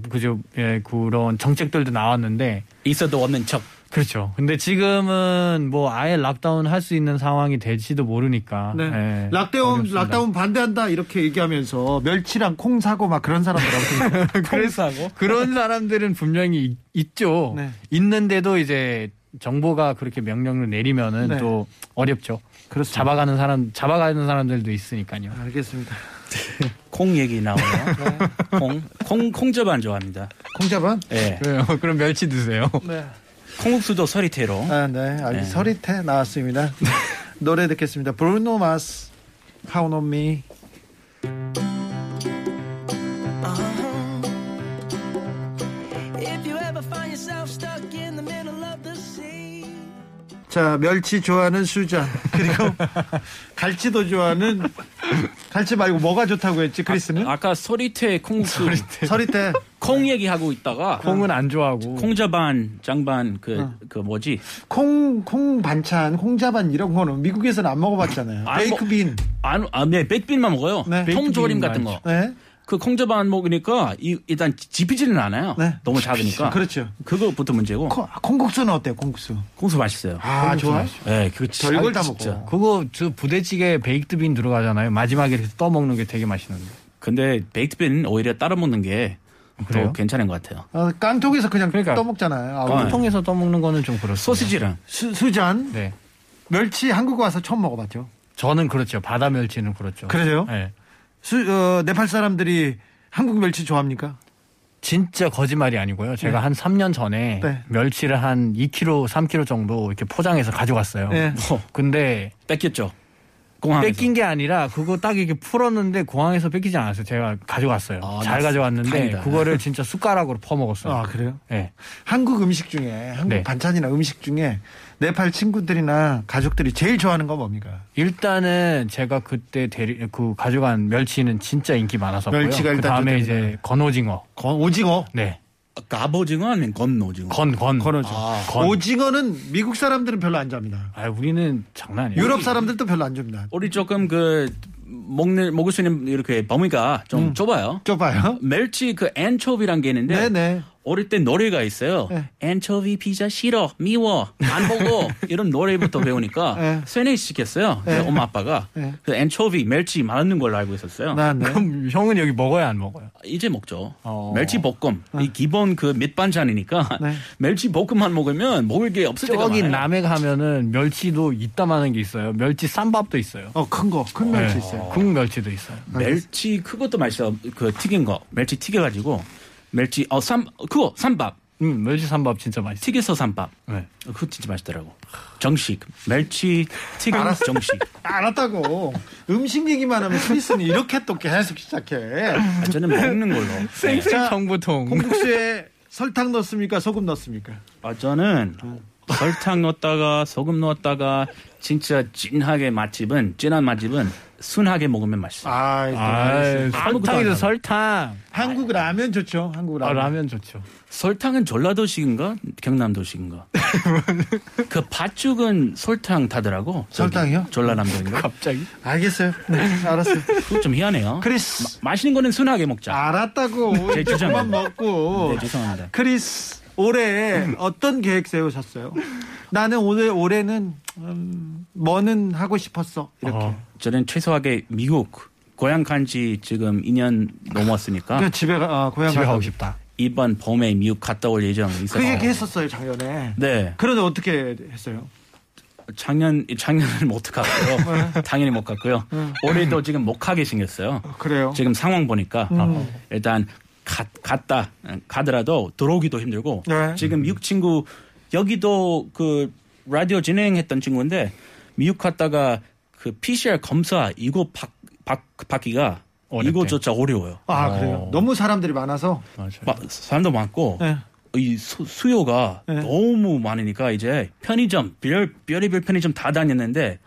Speaker 8: 그죠 예 그런 정책들도 나왔는데
Speaker 7: 있어도 없는 척.
Speaker 8: 그렇죠. 근데 지금은 뭐 아예 락다운 할 수 있는 상황이 될지도 모르니까
Speaker 4: 네.
Speaker 8: 예,
Speaker 4: 락다운
Speaker 8: 어렵습니다.
Speaker 4: 락다운 반대한다 이렇게 얘기하면서 멸치랑 콩 사고 막 그런 사람들 없습니까?
Speaker 7: 그래서하고
Speaker 8: 그런 사람들은 분명히 있- 있죠.
Speaker 4: 네.
Speaker 8: 있는데도 이제 정보가 그렇게 명령을 내리면은
Speaker 4: 네.
Speaker 8: 또 어렵죠.
Speaker 4: 그렇습니다.
Speaker 8: 잡아가는 사람 잡아가는 사람들도 있으니까요.
Speaker 4: 알겠습니다.
Speaker 7: 콩 얘기 나오네요. 콩, 콩, 콩즙 안 좋아합니다.
Speaker 4: 콩자반?
Speaker 7: 예.
Speaker 8: 네, 뭐 그래요. 그럼 멸치 드세요.
Speaker 4: 네.
Speaker 7: 콩국수도 서리태로.
Speaker 4: 아, 네. 알
Speaker 7: 네.
Speaker 4: 서리태 나왔습니다. 노래 듣겠습니다. 브루노 마스 Count on me. 자, 멸치 좋아하는 수잔. 그리고 갈치도 좋아하는 갈치 말고 뭐가 좋다고 했지? 크리스는?
Speaker 7: 아까 네. 서리태 콩국수
Speaker 4: 서리태.
Speaker 7: 콩 얘기하고 있다가
Speaker 8: 콩은 안 좋아하고
Speaker 7: 콩자반, 장반 그 그 뭐지?
Speaker 4: 콩, 콩 반찬, 콩자반 이런 거는 미국에서는 안 먹어봤잖아요.
Speaker 7: 안 먹-
Speaker 4: 베이크빈.
Speaker 7: 안, 아, 네, 백빈만 먹어요.
Speaker 4: 네.
Speaker 7: 통조림 같은 거.
Speaker 4: 네.
Speaker 7: 그 콩자반 먹으니까 이, 일단 지피지는 않아요.
Speaker 4: 네.
Speaker 7: 너무 작으니까.
Speaker 4: 그렇죠. 아,
Speaker 7: 그거부터 문제고.
Speaker 4: 콩, 콩국수는 어때요, 콩국수?
Speaker 7: 콩수 맛있어요.
Speaker 4: 아, 좋아요?
Speaker 7: 예, 그거 진짜-
Speaker 4: 별걸 다
Speaker 7: 진짜.
Speaker 4: 먹고.
Speaker 8: 그거 저 부대찌개 베이크드빈 들어가잖아요. 마지막에 이렇게 떠먹는 게 되게 맛있는데.
Speaker 7: 근데 베이트빈 오히려 따로 먹는 게
Speaker 8: 그래요?
Speaker 7: 더 괜찮은 것 같아요.
Speaker 4: 어, 깡통에서 그냥
Speaker 8: 그러니까.
Speaker 4: 떠먹잖아요. 아,
Speaker 7: 어.
Speaker 8: 통통에서 떠먹는 거는 좀 그렇죠.
Speaker 7: 소시지랑
Speaker 4: 수, 수잔
Speaker 8: 네.
Speaker 4: 멸치 한국 와서 처음 먹어봤죠.
Speaker 8: 저는 그렇죠. 바다 멸치는 그렇죠.
Speaker 4: 그래요?
Speaker 8: 네.
Speaker 4: 수, 어, 네팔 사람들이 한국 멸치 좋아합니까?
Speaker 8: 진짜 거짓말이 아니고요. 제가 한 3년 전에
Speaker 4: 네.
Speaker 8: 멸치를 한 2kg, 3kg 정도 이렇게 포장해서 가져갔어요.
Speaker 4: 네.
Speaker 7: 어,
Speaker 8: 근데
Speaker 7: 뺏겼죠. 공항에서.
Speaker 8: 뺏긴 게 아니라 그거 딱 이렇게 풀었는데 공항에서 뺏기지 않았어요. 제가 가져갔어요.
Speaker 7: 아,
Speaker 8: 잘
Speaker 7: 나-
Speaker 8: 가져왔는데
Speaker 7: 다행이다.
Speaker 8: 그거를 진짜 숟가락으로 퍼먹었어요.
Speaker 4: 아 그래요?
Speaker 8: 네.
Speaker 4: 한국 음식 중에 한국
Speaker 8: 네.
Speaker 4: 반찬이나 음식 중에 네팔 친구들이나 가족들이 제일 좋아하는 건 뭡니까?
Speaker 8: 일단은 제가 그때 대리, 그 가져간 멸치는 진짜 인기 많았었고요.
Speaker 4: 멸치가 일단
Speaker 8: 그다음에
Speaker 4: 좋답니다.
Speaker 8: 이제 건오징어.
Speaker 4: 건, 오징어.
Speaker 8: 네.
Speaker 7: 갑오징어 아니면 건오징어.
Speaker 8: 건, 건.
Speaker 4: 건어죠.
Speaker 8: 아, 건.
Speaker 4: 오징어는 미국 사람들은 별로 안 좋아합니다.
Speaker 8: 아, 우리는 장난 아니에요.
Speaker 4: 유럽 사람들도 별로 안 좋아합니다.
Speaker 7: 우리 조금 그 먹는 먹을 수 있는 이렇게 범위가 좀 좁아요.
Speaker 4: 좁아요.
Speaker 7: 멸치 그 앤초비란 게 있는데
Speaker 4: 네네.
Speaker 7: 어릴 때 노래가 있어요.
Speaker 4: 네.
Speaker 7: 앤초비 피자 싫어 미워 안 보고 이런 노래부터
Speaker 4: 네.
Speaker 7: 배우니까 쇠뇌 시켰어요. 제 엄마 아빠가
Speaker 4: 네.
Speaker 7: 그 앤초비 멸치 많은 걸로 알고 있었어요.
Speaker 4: 나네.
Speaker 8: 그럼 형은 여기 먹어야 안 먹어요?
Speaker 7: 이제 먹죠.
Speaker 8: 어.
Speaker 7: 멸치 볶음 이 기본 그 밑반찬이니까
Speaker 4: 네.
Speaker 7: 멸치 볶음만 먹으면 먹을 게 없을 때가
Speaker 8: 저기
Speaker 7: 많아요.
Speaker 8: 남해 가면은 멸치도 있다마는 게 있어요. 멸치 쌈밥도 있어요.
Speaker 4: 어, 큰 거, 큰
Speaker 8: 네.
Speaker 4: 멸치 있어요.
Speaker 8: 국 멸치도 있어요.
Speaker 7: 멸치 그것도 맛있어. 그 튀긴 거 멸치 튀겨가지고 멸치 어쌈 그거 쌈밥
Speaker 8: 음, 멸치 쌈밥 진짜 맛있어요.
Speaker 7: 튀겨서 쌈밥
Speaker 8: 네.
Speaker 7: 그거 진짜 맛있더라고. 정식 멸치 튀김 정식.
Speaker 4: 알았다고. 음식 얘기만 하면 크리스는 이렇게 또 계속 시작해.
Speaker 7: 아, 저는 먹는 걸로. 네.
Speaker 4: 자,
Speaker 8: 정보통.
Speaker 4: 콩국수에 설탕 넣습니까? 소금 넣습니까?
Speaker 7: 아, 저는 설탕 넣었다가 소금 넣었다가 진짜 진하게 맛집은 진한 맛집은 순하게 먹으면 맛있어. 요
Speaker 4: 아, 이거 알겠어요.
Speaker 8: 아,
Speaker 7: 아무것도 안
Speaker 8: 설탕이죠
Speaker 7: 하고.
Speaker 8: 설탕.
Speaker 4: 한국 라면 좋죠. 한국
Speaker 8: 아,
Speaker 4: 라면.
Speaker 8: 라면 좋죠.
Speaker 7: 설탕은 전라도식인가 경남도식인가? 그 팥죽은 설탕 타더라고. 저기
Speaker 4: 설탕이요?
Speaker 7: 전라남도인가?
Speaker 8: 갑자기?
Speaker 4: 알겠어요. 네, 알았어요.
Speaker 7: 그거 좀 희한해요.
Speaker 4: 크리스.
Speaker 7: 마, 맛있는 거는 순하게 먹자.
Speaker 4: 알았다고.
Speaker 7: 제 주장입니다.
Speaker 4: 그만 먹고.
Speaker 7: 네, 죄송합니다.
Speaker 4: 크리스, 올해 어떤 계획 세우셨어요? 나는 올해, 올해는, 음, 뭐는 하고 싶었어. 이렇게.
Speaker 8: 어.
Speaker 7: 저는 최소하게 미국, 고향 간지 지금 2년 넘었으니까
Speaker 4: 그냥 집에 가, 아, 고향
Speaker 8: 집에 가고
Speaker 4: 가서.
Speaker 8: 싶다.
Speaker 7: 이번 봄에 미국 갔다 올 예정이 있어서
Speaker 4: 그 얘기 했었어요, 작년에.
Speaker 7: 네
Speaker 4: 그런데 어떻게 했어요?
Speaker 7: 작년 작년을 못 갔고요 당연히 못 갔고요 올해도 지금 못 가게 생겼어요
Speaker 4: 어, 그래요.
Speaker 7: 지금 상황 보니까 일단 가- 갔다 가더라도 들어오기도 힘들고
Speaker 4: 네.
Speaker 7: 지금 미국 친구 여기도 그 라디오 진행했던 친구인데 미국 갔다가 그 PCR 검사 이거 받, 받, 받기가
Speaker 8: 어렵대.
Speaker 7: 이거조차 어려워요.
Speaker 4: 아,
Speaker 8: 어.
Speaker 4: 그래요. 너무 사람들이 많아서.
Speaker 7: 막 사람도 많고
Speaker 4: 네.
Speaker 7: 이 수, 수요가
Speaker 4: 네.
Speaker 7: 너무 많으니까 이제 편의점 별 별의별 편의점 다 다녔는데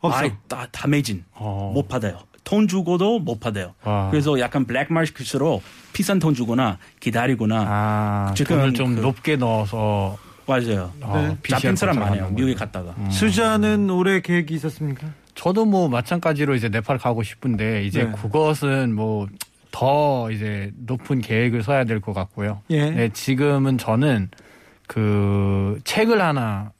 Speaker 4: 없어.
Speaker 7: 아예 다, 다 매진
Speaker 8: 어.
Speaker 7: 못 받아요. 돈 주고도 못 받아요.
Speaker 8: 아.
Speaker 7: 그래서 약간 블랙 마켓으로 비싼 돈 주거나 기다리거나
Speaker 8: 아,
Speaker 7: 지금
Speaker 8: 돈을 좀
Speaker 7: 그-
Speaker 8: 높게 넣어서
Speaker 7: 맞아요.
Speaker 8: 어, PCR
Speaker 7: 잡힌 사람
Speaker 8: 검사하는
Speaker 7: 많아요.
Speaker 8: 거예요. 음.
Speaker 7: 미국에 갔다가.
Speaker 4: 수자는 올해 계획이 있었습니까?
Speaker 8: 저도 뭐 마찬가지로 이제 네팔 가고 싶은데 이제
Speaker 4: 네.
Speaker 8: 그것은 뭐 더 이제 높은 계획을 서야 될 것 같고요.
Speaker 4: 예.
Speaker 8: 네, 지금은 저는 그 책을 하나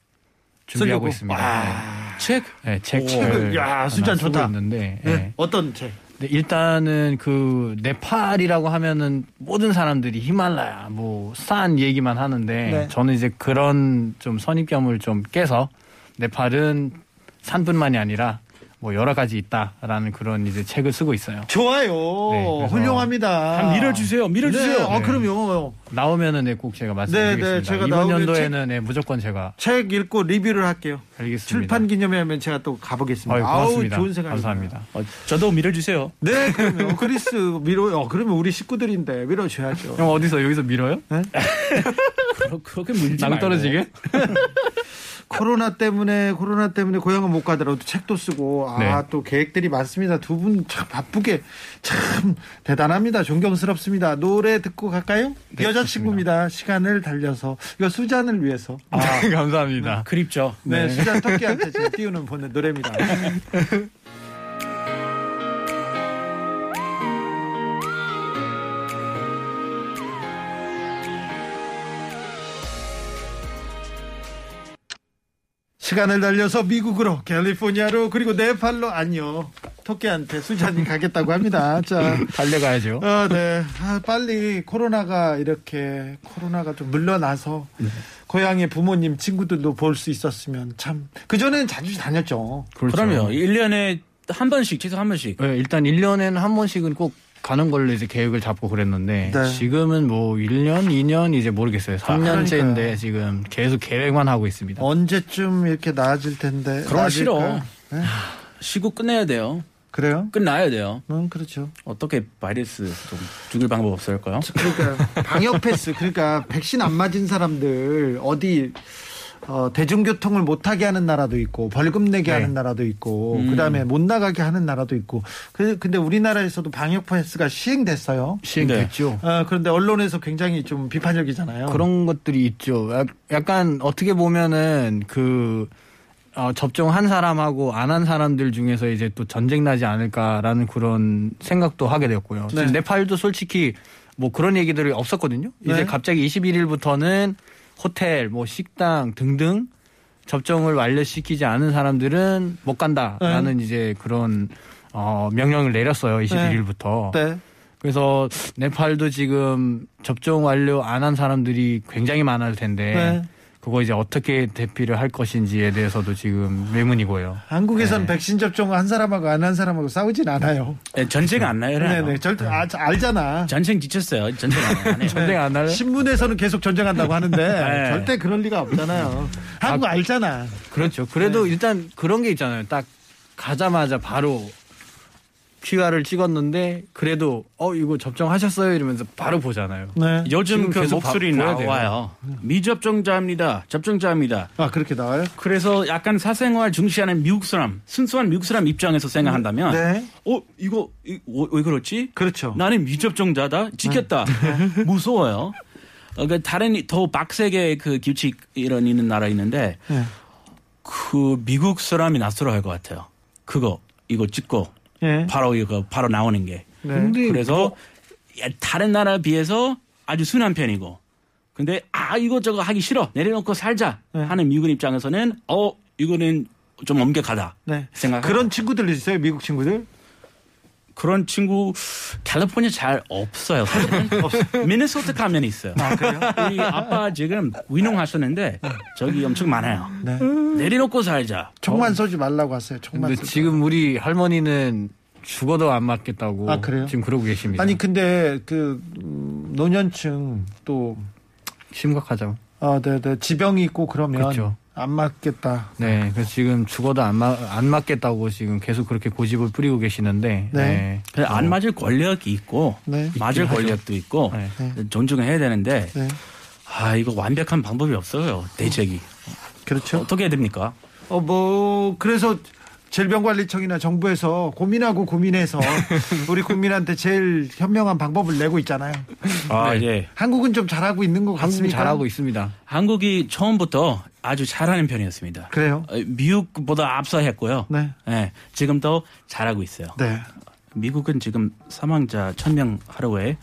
Speaker 8: 준비하고
Speaker 4: 쓰려고?
Speaker 8: 있습니다.
Speaker 7: 책?
Speaker 8: 네, 네, 책
Speaker 7: 오.
Speaker 8: 책을
Speaker 4: 야,
Speaker 8: 하나
Speaker 4: 순찬
Speaker 8: 쓰고
Speaker 4: 좋다.
Speaker 8: 있는데
Speaker 4: 네.
Speaker 8: 네.
Speaker 4: 어떤 책?
Speaker 8: 근데 일단은 그 네팔이라고 하면은 모든 사람들이 히말라야 뭐 싼 얘기만 하는데
Speaker 4: 네.
Speaker 8: 저는 이제 그런 좀 선입견을 좀 깨서 네팔은 산뿐만이 아니라 뭐 여러 가지 있다라는 그런 이제 책을 쓰고 있어요.
Speaker 4: 좋아요.
Speaker 8: 네, 그래서
Speaker 4: 훌륭합니다.
Speaker 7: 한 밀어주세요. 밀어주세요.
Speaker 4: 네, 아,
Speaker 8: 네.
Speaker 4: 그럼요.
Speaker 8: 나오면은 네, 꼭 제가 말씀드리겠습니다.
Speaker 4: 네, 제가
Speaker 8: 이번
Speaker 4: 나오면
Speaker 8: 연도에는 네, 무조건 제가
Speaker 4: 책 읽고 리뷰를 할게요.
Speaker 8: 알겠습니다.
Speaker 4: 출판 기념회 하면 제가 또 가보겠습니다.
Speaker 8: 아유, 고맙습니다.
Speaker 4: 아우, 좋은 생각
Speaker 8: 감사합니다.
Speaker 7: 어, 저도 밀어주세요.
Speaker 4: 네, 그럼요. 그리스 밀어요. 그러면 우리 식구들인데 밀어줘야죠.
Speaker 8: 형 어디서 여기서 밀어요?
Speaker 7: 그러- 그렇게 밀지
Speaker 8: 낭
Speaker 7: 말고.
Speaker 8: 떨어지게?
Speaker 4: 코로나 때문에 코로나 때문에 고향은 못 가더라도 책도 쓰고 아
Speaker 8: 네.
Speaker 4: 또 계획들이 많습니다. 두 분 참 바쁘게 참 대단합니다. 존경스럽습니다. 노래 듣고 갈까요? 여자친구입니다. 시간을 달려서 이거 수잔을 위해서.
Speaker 8: 아, 감사합니다.
Speaker 7: 그립죠.
Speaker 4: 네, 수잔 토끼한테 지금 띄우는 보는 노래입니다. 시간을 달려서 미국으로 캘리포니아로 그리고 네팔로 아니요 토끼한테 수잔이 가겠다고 합니다. 자,
Speaker 8: 달려가야죠.
Speaker 4: 아, 네. 아, 빨리 코로나가 이렇게 코로나가 좀 물러나서 고향의 부모님 친구들도 볼 수 있었으면 참. 그전엔 자주 다녔죠.
Speaker 8: 그렇죠.
Speaker 7: 그럼요. 1년에 한 번씩, 최소 한 번씩.
Speaker 8: 네, 일단 1년에는 한 번씩은 꼭 가는 걸로 이제 계획을 잡고 그랬는데
Speaker 4: 네.
Speaker 8: 지금은 뭐 1년, 2년 이제 모르겠어요. 3년째인데
Speaker 4: 그러니까요. 어,
Speaker 8: 지금 계속 계획만 하고 있습니다.
Speaker 4: 언제쯤 이렇게 나아질 텐데.
Speaker 7: 그런 거 싫어.
Speaker 4: 나아질까요? 네?
Speaker 7: 쉬고 끝내야 돼요.
Speaker 4: 그래요?
Speaker 7: 끝나야 돼요.
Speaker 4: 음, 그렇죠.
Speaker 7: 어떻게 바이러스 좀 죽일 방법 없을까요?
Speaker 4: 그러니까 방역 패스 그러니까 백신 안 맞은 사람들 어디 어, 대중교통을 못하게 하는 나라도 있고 벌금 내게 하는 나라도 있고 그다음에 못 나가게 하는 나라도 있고 그, 근데 우리나라에서도 방역 패스가 시행됐어요.
Speaker 8: 시행됐죠.
Speaker 4: 어, 그런데 언론에서 굉장히 좀 비판적이잖아요.
Speaker 8: 그런 것들이 있죠. 약- 약간 어떻게 보면은 그 어, 접종한 사람하고 안 한 사람들 중에서 이제 또 전쟁 나지 않을까라는 그런 생각도 하게 되었고요.
Speaker 4: 네.
Speaker 8: 지금 네팔도 솔직히 뭐 그런 얘기들이 없었거든요.
Speaker 4: 네.
Speaker 8: 이제 갑자기 21일부터는 호텔, 뭐 식당 등등 접종을 완료시키지 않은 사람들은 못 간다라는
Speaker 4: 네.
Speaker 8: 이제 그런 어, 명령을 내렸어요. 21일부터.
Speaker 4: 네.
Speaker 8: 그래서 네팔도 지금 접종 완료 안 한 사람들이 굉장히 많을 텐데
Speaker 4: 네.
Speaker 8: 그거 이제 어떻게 대피를 할 것인지에 대해서도 지금 의문이고요.
Speaker 4: 한국에선 백신 접종 한 사람하고 안 한 사람하고 싸우진 않아요.
Speaker 7: 네, 전쟁 안 나요.
Speaker 4: 네,
Speaker 7: 그래요.
Speaker 4: 네. 절대 아, 알잖아.
Speaker 7: 전쟁 지쳤어요. 전쟁 안 해요.
Speaker 4: 네.
Speaker 8: 전쟁 안 할?
Speaker 4: 신문에서는 계속 전쟁한다고 하는데
Speaker 7: 네.
Speaker 4: 절대 그럴 리가 없잖아요. 한국 알잖아.
Speaker 8: 그렇죠. 그래도
Speaker 4: 네.
Speaker 8: 일단 그런 게 있잖아요. 딱 가자마자 바로 QR을 찍었는데 그래도 어 이거 접종하셨어요 이러면서 바로 보잖아요.
Speaker 4: 네.
Speaker 7: 요즘
Speaker 8: 지금
Speaker 7: 그
Speaker 8: 계속
Speaker 7: 목소리
Speaker 8: 바- 봐야
Speaker 7: 나와요. 미접종자입니다. 접종자입니다.
Speaker 4: 아 그렇게 나와요?
Speaker 7: 그래서 약간 사생활 중시하는 미국 사람, 순수한 미국 사람 입장에서 생각한다면,
Speaker 4: 네.
Speaker 7: 어 이거 이- 왜, 왜 그렇지?
Speaker 4: 그렇죠.
Speaker 7: 나는 미접종자다. 지켰다. 무서워요. 어, 그 다른 이- 더 빡세게 그 규칙 이런 있는 나라 있는데
Speaker 4: 예.
Speaker 7: 그 미국 사람이 낯설어 할 것 같아요. 그거 이거 찍고
Speaker 4: 예.
Speaker 7: 바로 이거 바로 나오는 게.
Speaker 4: 네.
Speaker 7: 그래서 야, 다른 나라에 비해서 아주 순한 편이고. 근데 아 이거 저거 하기 싫어 내려놓고 살자
Speaker 4: 네.
Speaker 7: 하는 미국 입장에서는 어 이거는 좀 엄격하다
Speaker 4: 네.
Speaker 7: 생각.
Speaker 4: 그런 친구들 있어요? 미국 친구들?
Speaker 7: 그런 친구 캘리포니아 잘 없어요. 미네소타 가면 있어요. 우리 아빠 지금 위농하셨는데 저기 엄청 많아요.
Speaker 4: 네.
Speaker 7: 내려놓고 살자.
Speaker 4: 총만 쏘지 말라고 하세요. 총만
Speaker 8: 근데
Speaker 4: 쏘지
Speaker 8: 지금 우리 할머니는 죽어도 안 맞겠다고
Speaker 4: 아, 그래요?
Speaker 8: 지금 그러고 계십니다.
Speaker 4: 아니 근데 그 음, 노년층 또
Speaker 8: 심각하죠.
Speaker 4: 아, 네, 네. 지병이 있고 그러면
Speaker 8: 그렇죠.
Speaker 4: 안 맞겠다.
Speaker 8: 네, 그래서 지금 죽어도 안, 마, 안 맞겠다고 지금 계속 그렇게 고집을 뿌리고 계시는데
Speaker 4: 네.
Speaker 7: 그래서 안 맞을 권력이 있고
Speaker 4: 네.
Speaker 7: 맞을
Speaker 8: 하죠.
Speaker 7: 권력도 있고
Speaker 8: 네.
Speaker 7: 존중해야 되는데
Speaker 4: 네.
Speaker 7: 아 이거 완벽한 방법이 없어요. 대책이
Speaker 4: 그렇죠.
Speaker 7: 어떻게 해야 됩니까?
Speaker 4: 어, 뭐 그래서 질병관리청이나 정부에서 고민하고 고민해서 우리 국민한테 제일 현명한 방법을 내고 있잖아요.
Speaker 7: 아
Speaker 8: 네.
Speaker 7: 예.
Speaker 4: 한국은 좀 잘하고 있는 것
Speaker 8: 한국이
Speaker 4: 같습니다.
Speaker 8: 잘하고 있습니다.
Speaker 7: 한국이 처음부터 아주 잘하는 편이었습니다.
Speaker 4: 그래요.
Speaker 7: 어, 미국보다 앞서했고요.
Speaker 4: 네.
Speaker 7: 예, 지금도 잘하고 있어요.
Speaker 4: 네.
Speaker 7: 미국은 지금 사망자 1000명 하루에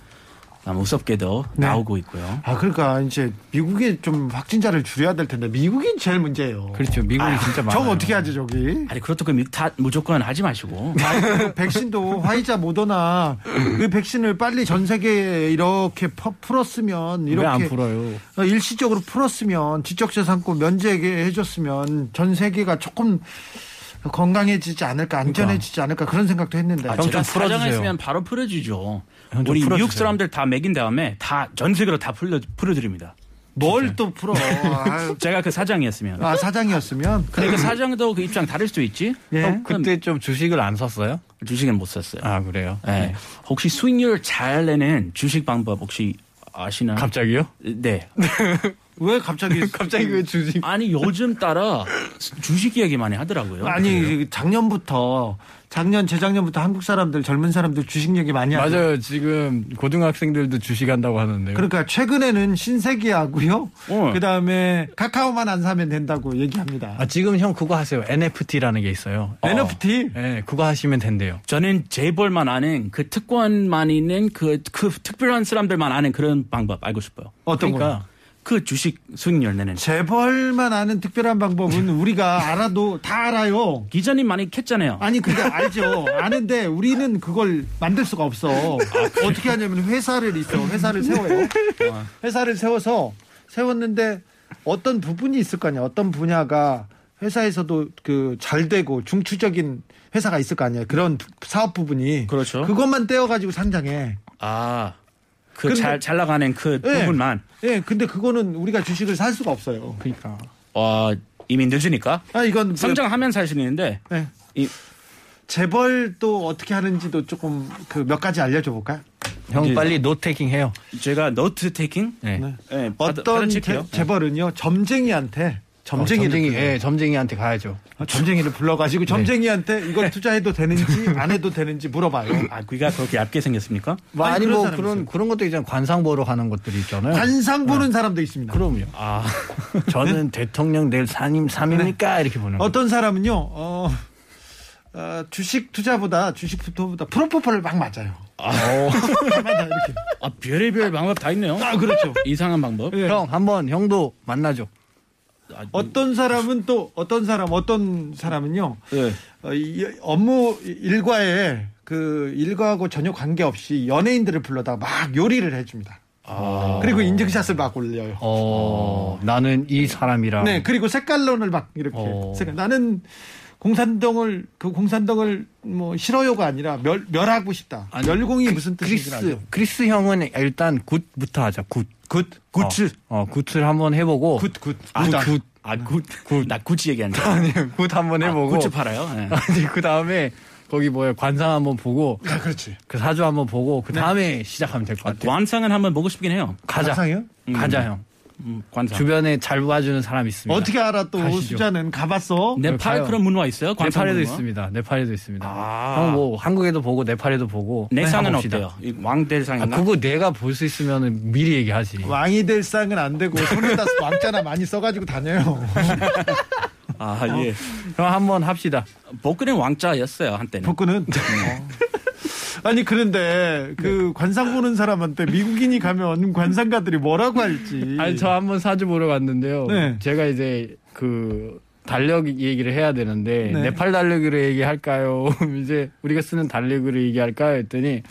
Speaker 7: 아, 무섭게도
Speaker 4: 네.
Speaker 7: 나오고 있고요.
Speaker 4: 아 그러니까 이제 미국이 좀 확진자를 줄여야 될 텐데 미국이 제일 문제예요.
Speaker 8: 그렇죠. 미국이 진짜 많아요.
Speaker 4: 저거 어떻게 하지 저기?
Speaker 7: 아니 그렇다고 미- 다 무조건 하지 마시고
Speaker 8: 네,
Speaker 4: 그 백신도 화이자 모더나 그 백신을 빨리 전 세계에 이렇게 퍼- 풀었으면
Speaker 8: 왜 안
Speaker 4: 이렇게
Speaker 8: 풀어요?
Speaker 4: 어, 일시적으로 풀었으면 지적재산권 면제하게 해줬으면 전 세계가 조금 건강해지지 않을까 안전해지지 않을까 그런 생각도 했는데
Speaker 7: 아,
Speaker 8: 그러니까. 좀
Speaker 7: 제가
Speaker 8: 풀어주세요.
Speaker 7: 사정했으면 바로 풀어주죠.
Speaker 8: 형, 좀
Speaker 7: 우리
Speaker 8: 풀어주세요.
Speaker 7: 미국 사람들 다 먹인 다음에 다 전 세계로 다 풀려 풀어드립니다.
Speaker 4: 뭘 또 풀어 아유.
Speaker 7: 제가 그 사장이었으면.
Speaker 4: 아 사장이었으면
Speaker 7: 근데 그 사장도 그 입장 다를 수도 있지.
Speaker 4: 예.
Speaker 8: 형, 그때 좀 주식을 안 샀어요?
Speaker 7: 주식은 못 샀어요.
Speaker 8: 아 그래요?
Speaker 7: 예. 혹시 수익률 잘 내는 주식 방법 혹시 아시나요?
Speaker 8: 갑자기요?
Speaker 7: 네.
Speaker 4: 왜 갑자기
Speaker 8: 갑자기 왜 주식?
Speaker 7: 아니 요즘 따라 주식 이야기 많이 하더라고요.
Speaker 4: 아니 작년부터 작년 재작년부터 한국 사람들 젊은 사람들 주식 얘기 많이 하죠.
Speaker 8: 맞아요. 지금 고등학생들도 주식한다고 하는데요.
Speaker 4: 그러니까 최근에는 신세계하고요.
Speaker 7: 어.
Speaker 4: 그다음에 카카오만 안 사면 된다고 얘기합니다.
Speaker 8: 아 지금 형 그거 하세요. NFT라는 게 있어요.
Speaker 4: NFT
Speaker 8: 네, 그거 하시면 된대요.
Speaker 7: 저는 재벌만 아는 그 특권만 있는 그, 그 특별한 사람들만 아는 그런 방법 알고 싶어요.
Speaker 4: 어떤 거요?
Speaker 7: 그러니까 그 주식 수익률 내는
Speaker 4: 재벌만 아는 특별한 방법은 우리가 알아도 다 알아요.
Speaker 7: 기자님 많이 캤잖아요.
Speaker 4: 아니 근데 알죠. 아는데 우리는 그걸 만들 수가 없어. 어떻게 하냐면 회사를 있어. 회사를 세워요. 회사를 세워서 세웠는데 어떤 부분이 있을 거 아니야. 어떤 분야가 회사에서도 그 잘 되고 중추적인 회사가 있을 거 아니야. 그런 부- 사업 부분이
Speaker 7: 그렇죠.
Speaker 4: 그것만 떼어 가지고 상장해.
Speaker 7: 아, 그
Speaker 4: 근데-
Speaker 7: 잘 잘 나가는 그
Speaker 4: 예.
Speaker 7: 부분만
Speaker 4: 예. 근데 그거는 우리가 주식을 살 수가 없어요.
Speaker 8: 그러니까
Speaker 7: 어, 이미 늦으니까
Speaker 4: 아 이건 그-
Speaker 7: 성장하면 살 수 있는데
Speaker 4: 예.
Speaker 7: 이-
Speaker 4: 재벌 또 어떻게 하는지도 조금 그 몇 가지 알려줘 볼까요?
Speaker 8: 형
Speaker 7: 이제-
Speaker 8: 빨리 노테이킹 해요.
Speaker 7: 제가 너트 테이킹
Speaker 8: 네.
Speaker 7: 예, 받-
Speaker 4: 어떤
Speaker 7: 받아칠게요. 네.
Speaker 4: 재- 재벌은요 점쟁이한테
Speaker 8: 어,
Speaker 4: 점쟁이를
Speaker 8: 점쟁이,
Speaker 4: 불러요.
Speaker 8: 예, 네. 점쟁이한테 가야죠.
Speaker 4: 아, 점쟁이를 불러가지고 점쟁이한테
Speaker 7: 네.
Speaker 4: 이걸 투자해도 되는지 안 해도 되는지 물어봐요.
Speaker 7: 아, 귀가 그렇게 얇게 생겼습니까?
Speaker 8: 뭐
Speaker 4: 아니,
Speaker 8: 아니,
Speaker 4: 그런
Speaker 8: 뭐
Speaker 4: 사람이
Speaker 8: 그런
Speaker 4: 있어요.
Speaker 8: 그런 것도 있잖아요. 관상 보러 가는 것들이 있잖아요.
Speaker 4: 관상
Speaker 7: 네.
Speaker 4: 보는 사람도 있습니다.
Speaker 8: 그럼요.
Speaker 7: 아,
Speaker 8: 저는 대통령 내일 사님 삼입니까 이렇게 보는 거.
Speaker 4: 어떤 사람은요 어, 어, 주식 투자보다 주식 투자보다 프로포폴을 막 맞아요.
Speaker 7: 아, 별의별 방법 다 있네요.
Speaker 4: 아 그렇죠.
Speaker 7: 이상한 방법.
Speaker 4: 예.
Speaker 8: 형 한번 형도 만나죠.
Speaker 7: 아,
Speaker 4: 어떤 사람은 또 어떤 사람 어떤 사람은요
Speaker 7: 예.
Speaker 4: 어, 이 업무 일과에 그 일과하고 전혀 관계없이 연예인들을 불러다가 막 요리를 해줍니다.
Speaker 8: 아.
Speaker 4: 그리고 인증샷을 막 올려요.
Speaker 8: 어, 나는 이 사람이랑
Speaker 4: 네, 그리고 색깔론을 막 이렇게.
Speaker 8: 아. 어.
Speaker 4: 색깔- 나는 공산당을 그 공산당을 뭐 싫어요가 아니라 멸, 멸하고 싶다.
Speaker 8: 아니, 그
Speaker 4: 멸공이 무슨 뜻인지
Speaker 8: 크리스
Speaker 4: 알죠?
Speaker 8: 크리스 형은 일단 굿부터 하자. 굿. 굿.
Speaker 7: 굿즈.
Speaker 8: 어, 어, 굿을 한번 해보고.
Speaker 4: 굿, 굿.
Speaker 7: 아,
Speaker 4: 굿.
Speaker 7: 굿. 아, 굿. 나 굿즈 얘기한다.
Speaker 8: 아니, 굿 한번 해보고.
Speaker 7: 아, 굿즈 팔아요. 예.
Speaker 8: 아니 그 다음에 거기 뭐야 관상 한번 보고
Speaker 4: 아, 그렇지.
Speaker 8: 그 사주 한번 보고 그 다음에 시작하면 될 것
Speaker 7: 아,
Speaker 8: 같아요.
Speaker 7: 관상은 한번 보고 싶긴 해요.
Speaker 8: 가자.
Speaker 4: 관상이요?
Speaker 8: 가자 형.
Speaker 7: 음, 관상.
Speaker 8: 주변에 잘 봐주는 사람 있습니다.
Speaker 4: 어떻게 알아 또
Speaker 8: 네. 가시죠.
Speaker 4: 수자는 가봤어?
Speaker 7: 네팔
Speaker 8: 가요.
Speaker 7: 그런 문화 있어요? 관상
Speaker 8: 네팔에도
Speaker 7: 문화?
Speaker 8: 있습니다. 네팔에도 있습니다.
Speaker 7: 아.
Speaker 8: 형 뭐 한국에도 보고 네팔에도 보고.
Speaker 7: 내상은
Speaker 8: 해봅시다.
Speaker 7: 어때요? 네. 이
Speaker 8: 아,
Speaker 7: 왕대상인가?
Speaker 8: 그거 내가 볼 수 있으면 미리 얘기하지.
Speaker 4: 왕이 될 상은 안 되고 손에다 왕자나 많이 써가지고 다녀요.
Speaker 7: 아, 예.
Speaker 8: 형 한번 합시다.
Speaker 7: 복근은 왕자였어요, 한때는.
Speaker 4: 복근은
Speaker 8: 네.
Speaker 4: 어. 아니 그런데 그 관상 보는 사람한테 미국인이 가면 관상가들이 뭐라고 할지
Speaker 8: 아니 저 한번 사주 보러 갔는데요.
Speaker 4: 네.
Speaker 8: 제가 이제 그 달력 얘기를 해야 되는데
Speaker 4: 네.
Speaker 8: 네팔 달력으로 얘기할까요? 이제 우리가 쓰는 달력으로 얘기할까요? 했더니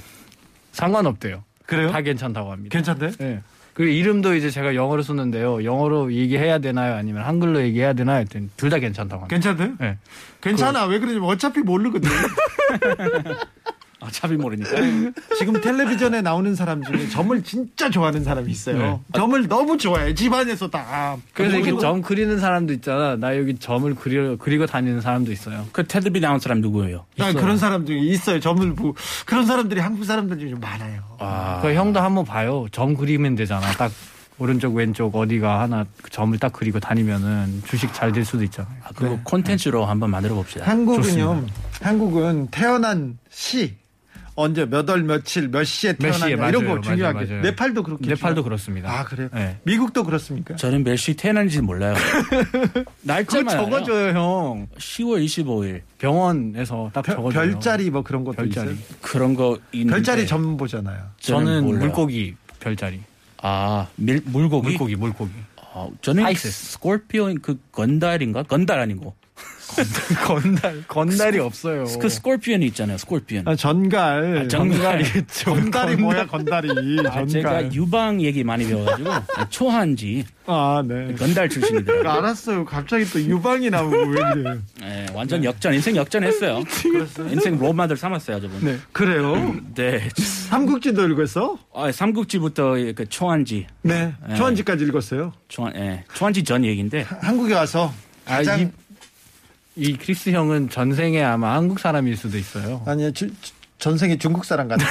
Speaker 8: 상관없대요.
Speaker 4: 그래요?
Speaker 8: 다 괜찮다고 합니다.
Speaker 4: 괜찮대?
Speaker 8: 예. 그리고 이름도 이제 제가 영어로 썼는데요. 영어로 얘기해야 되나요? 아니면 한글로 얘기해야 되나요? 했더니 둘 다 괜찮다고 합니다.
Speaker 4: 괜찮대?
Speaker 8: 예.
Speaker 4: 괜찮아. 왜 그러냐면 어차피 모르거든.
Speaker 7: 아, 차비 모르니까.
Speaker 4: 지금 텔레비전에 나오는 사람 중에 점을 진짜 좋아하는 사람이 있어요.
Speaker 8: 네.
Speaker 4: 점을 너무 좋아해. 집안에서 다.
Speaker 8: 그래서 이렇게
Speaker 4: 모르고
Speaker 8: 점 그리는 사람도 있잖아. 나 여기 점을 그려, 그리고 다니는 사람도 있어요.
Speaker 7: 그 테드비 나온 사람 누구예요?
Speaker 4: 난
Speaker 8: 있어요.
Speaker 4: 아, 그런 사람 중에 있어요. 점을 보 그런 사람들이 한국 사람들 중에 좀 많아요.
Speaker 7: 아,
Speaker 8: 그 형도 한번 봐요. 점 그리면 되잖아. 딱 오른쪽 왼쪽 어디가 하나 그 점을 딱 그리고 다니면은 주식 잘 될 수도 있잖아요.
Speaker 7: 아, 그거 콘텐츠로 한번 만들어 봅시다.
Speaker 4: 한국은요. 한국은 태어난 시 언제 몇 월 며칠 몇 시에
Speaker 8: 몇
Speaker 4: 태어났냐
Speaker 8: 시에,
Speaker 4: 이런
Speaker 8: 맞아요,
Speaker 4: 거 중요하게.
Speaker 8: 맞아요, 맞아요.
Speaker 4: 네팔도 그렇게.
Speaker 8: 네팔도 그렇습니다.
Speaker 4: 아 그래요?
Speaker 8: 네.
Speaker 4: 미국도 그렇습니까?
Speaker 7: 저는 몇 시 태어난지 몰라요.
Speaker 8: 그거
Speaker 7: 날짜만 알아요.
Speaker 8: 적어줘요 형.
Speaker 7: 10월 25일
Speaker 8: 병원에서 딱
Speaker 4: 별,
Speaker 8: 적어줘요.
Speaker 4: 별자리 뭐 그런 것도
Speaker 8: 별자리.
Speaker 4: 있어요.
Speaker 7: 그런 거 있는데
Speaker 4: 별자리 점 보잖아요.
Speaker 7: 저는
Speaker 8: 저는
Speaker 7: 몰라요.
Speaker 8: 물고기 별자리.
Speaker 7: 아 밀, 물고기
Speaker 8: 물고기 물고기.
Speaker 7: 아, 저는
Speaker 8: 아이스.
Speaker 7: 스콜피온 그 건달인가 건달 아니고
Speaker 8: 건달 건달이 없어요.
Speaker 7: 그 스콜피온이 있잖아요 스콜피온
Speaker 4: 아, 전갈.
Speaker 7: 아, 정갈
Speaker 4: 건달이 뭐야 건달이.
Speaker 7: 아,
Speaker 4: 전갈.
Speaker 7: 제가 유방 얘기 많이 배워가지고 초한지
Speaker 4: 아 네.
Speaker 7: 건달 출신이더라고요
Speaker 4: 알았어요. 갑자기 또 유방이 나오고 왜
Speaker 7: 예, 완전
Speaker 4: 네.
Speaker 7: 역전 인생 역전했어요 인생 로마들 삼았어요 저분 네,
Speaker 4: 그래요? 삼국지도 읽었어?
Speaker 7: 아, 삼국지부터 그 초한지
Speaker 4: 네.
Speaker 7: 네.
Speaker 4: 초한지까지 읽었어요.
Speaker 7: 초한 예, 초한지 전 얘기인데
Speaker 4: 한국에 와서
Speaker 8: 아,
Speaker 4: 가장
Speaker 8: 이, 이 크리스 형은 전생에 아마 한국 사람일 수도 있어요.
Speaker 4: 아니요 주- 주- 전생에 중국 사람 같아.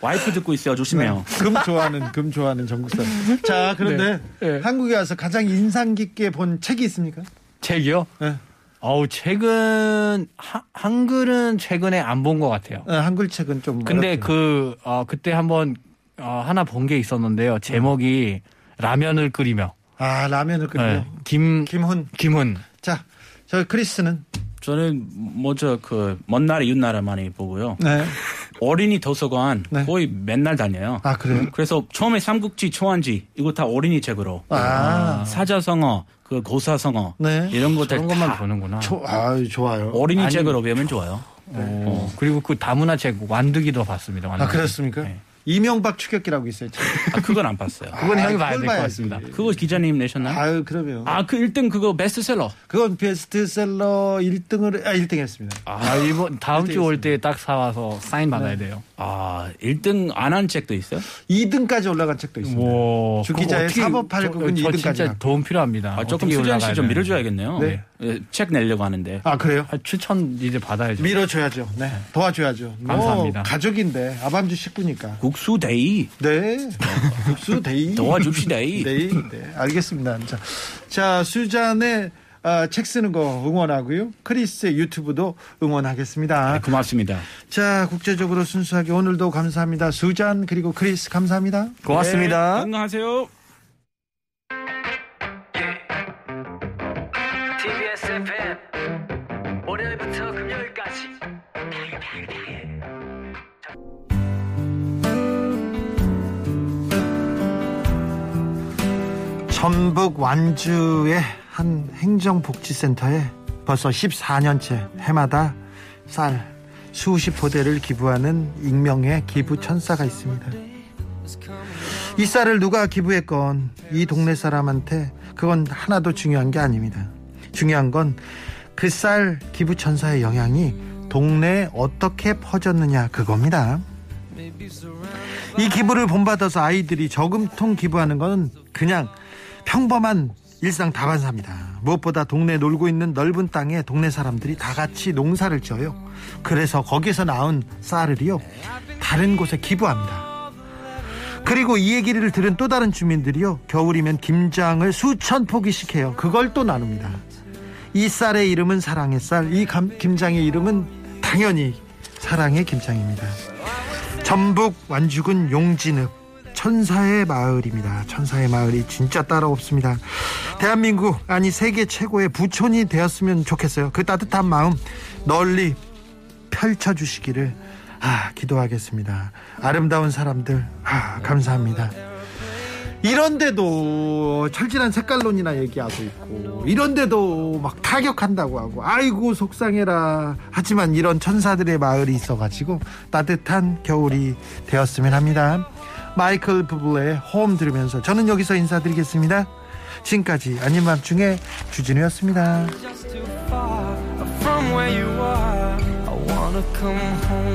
Speaker 7: 와이프 듣고 있어요 조심해요
Speaker 4: 금 좋아하는 금 좋아하는 전국 사람. 자 그런데
Speaker 8: 네. 네.
Speaker 4: 한국에 와서 가장 인상 깊게 본 책이 있습니까?
Speaker 8: 책이요?
Speaker 4: 네.
Speaker 8: 어우 최근 하- 한글은 최근에 안 본 것 같아요.
Speaker 4: 어, 한글 책은 좀.
Speaker 8: 근데
Speaker 4: 어렵죠.
Speaker 8: 그 어, 그때 한번 어, 하나 본 게 있었는데요. 제목이 라면을 끓이며
Speaker 4: 아 라면을 끓여.
Speaker 8: 네. 김
Speaker 4: 김훈.
Speaker 8: 김은
Speaker 4: 자. 저 크리스는
Speaker 7: 저는 먼저 그 먼나라 윷나라 많이 보고요
Speaker 4: 네.
Speaker 7: 어린이 도서관
Speaker 4: 네.
Speaker 7: 거의 맨날 다녀요.
Speaker 4: 아 그래요?
Speaker 7: 그래서 처음에 삼국지, 초한지 이거 다 어린이 책으로
Speaker 4: 아.
Speaker 7: 사자성어, 그 고사성어
Speaker 4: 네.
Speaker 7: 이런 것들
Speaker 8: 그런
Speaker 7: 뭐 다
Speaker 8: 것만 보는구나.
Speaker 4: 초, 아 좋아요.
Speaker 7: 어린이
Speaker 8: 아니.
Speaker 7: 책으로 배우면 좋아요.
Speaker 8: 어, 그리고 그 다문화 책 완득이도 봤습니다.
Speaker 4: 아
Speaker 8: 완득이.
Speaker 4: 그렇습니까? 이명박 추격기라고 있어요. 책.
Speaker 7: 아, 그건 안 봤어요.
Speaker 8: 그건
Speaker 4: 아,
Speaker 8: 형이 봐야 될
Speaker 4: 그걸
Speaker 8: 것
Speaker 4: 봐야지.
Speaker 8: 같습니다.
Speaker 7: 그거 기자님 내셨나요?
Speaker 4: 아유 그러면.
Speaker 7: 아 그 1등 그거 베스트셀러.
Speaker 4: 그건 베스트셀러 1등을 아 1등 했습니다.
Speaker 8: 아, 이번 다음 주 올 때 딱 사와서 사인 받아야 돼요.
Speaker 7: 아 1등 안 한 책도 있어요? 아,
Speaker 4: 2등까지 올라간 책도 있습니다. 네.
Speaker 8: 와,
Speaker 4: 주 기자의 사법팔국은
Speaker 8: 저, 저
Speaker 4: 이등까지
Speaker 8: 진짜
Speaker 4: 나왔고.
Speaker 8: 도움 필요합니다.
Speaker 7: 아, 조금
Speaker 8: 어떻게
Speaker 7: 수정
Speaker 8: 올라가야
Speaker 7: 씨좀
Speaker 8: 되는지.
Speaker 7: 밀어줘야겠네요.
Speaker 4: 네.
Speaker 7: 예, 책 내려고 하는데.
Speaker 4: 아 그래요?
Speaker 8: 아, 추천 이제 받아야죠.
Speaker 4: 밀어줘야죠. 네, 도와줘야죠. 뭐,
Speaker 8: 감사합니다.
Speaker 4: 가족인데 아밤주 식구니까.
Speaker 7: 국수데이
Speaker 4: 네, 국수 데이.
Speaker 7: 도와줍시다이.
Speaker 4: 데이. 네, 알겠습니다. 자, 자 수잔의 아, 책 쓰는 거 응원하고요. 크리스의 유튜브도 응원하겠습니다.
Speaker 7: 네,
Speaker 8: 네.
Speaker 7: 고맙습니다.
Speaker 4: 자, 국제적으로 순수하게 오늘도 감사합니다. 수잔 그리고 크리스 감사합니다.
Speaker 7: 네, 건강하세요.
Speaker 9: TBS FM 월요일부터 금요일까지
Speaker 4: 전북 완주의 한 행정복지센터에 벌써 14년째 해마다 쌀 수십 포대를 기부하는 익명의 기부 천사가 있습니다. 이 쌀을 누가 기부했건 이 동네 사람한테 그건 하나도 중요한 게 아닙니다. 중요한 건 그 쌀 기부 천사의 영향이 동네에 어떻게 퍼졌느냐 그겁니다. 이 기부를 본받아서 아이들이 저금통 기부하는 건 그냥 평범한 일상 다반사입니다. 무엇보다 동네 놀고 있는 넓은 땅에 동네 사람들이 다 같이 농사를 지어요. 그래서 거기서 나온 쌀을요 다른 곳에 기부합니다. 그리고 이 얘기를 들은 또 다른 주민들이요 겨울이면 김장을 수천 포기씩 해요. 그걸 또 나눕니다. 이 쌀의 이름은 사랑의 쌀, 이 감- 김장의 이름은 당연히 사랑의 김장입니다. 전북 완주군 용진읍 천사의 마을입니다. 천사의 마을이 진짜 따라 없습니다. 대한민국 아니 세계 최고의 부촌이 되었으면 좋겠어요. 그 따뜻한 마음 널리 펼쳐 주시기를 아, 기도하겠습니다. 아름다운 사람들 아, 감사합니다. 이런데도 철진한 색깔론이나 얘기하고 있고 이런데도 막 타격한다고 하고 아이고 속상해라 하지만 이런 천사들의 마을이 있어가지고 따뜻한 겨울이 되었으면 합니다 마이클 부블의 홈 들으면서 저는 여기서 인사드리겠습니다 지금까지 아닌 밤중에 주진우였습니다
Speaker 5: Just too far from where you are. I wanna come home.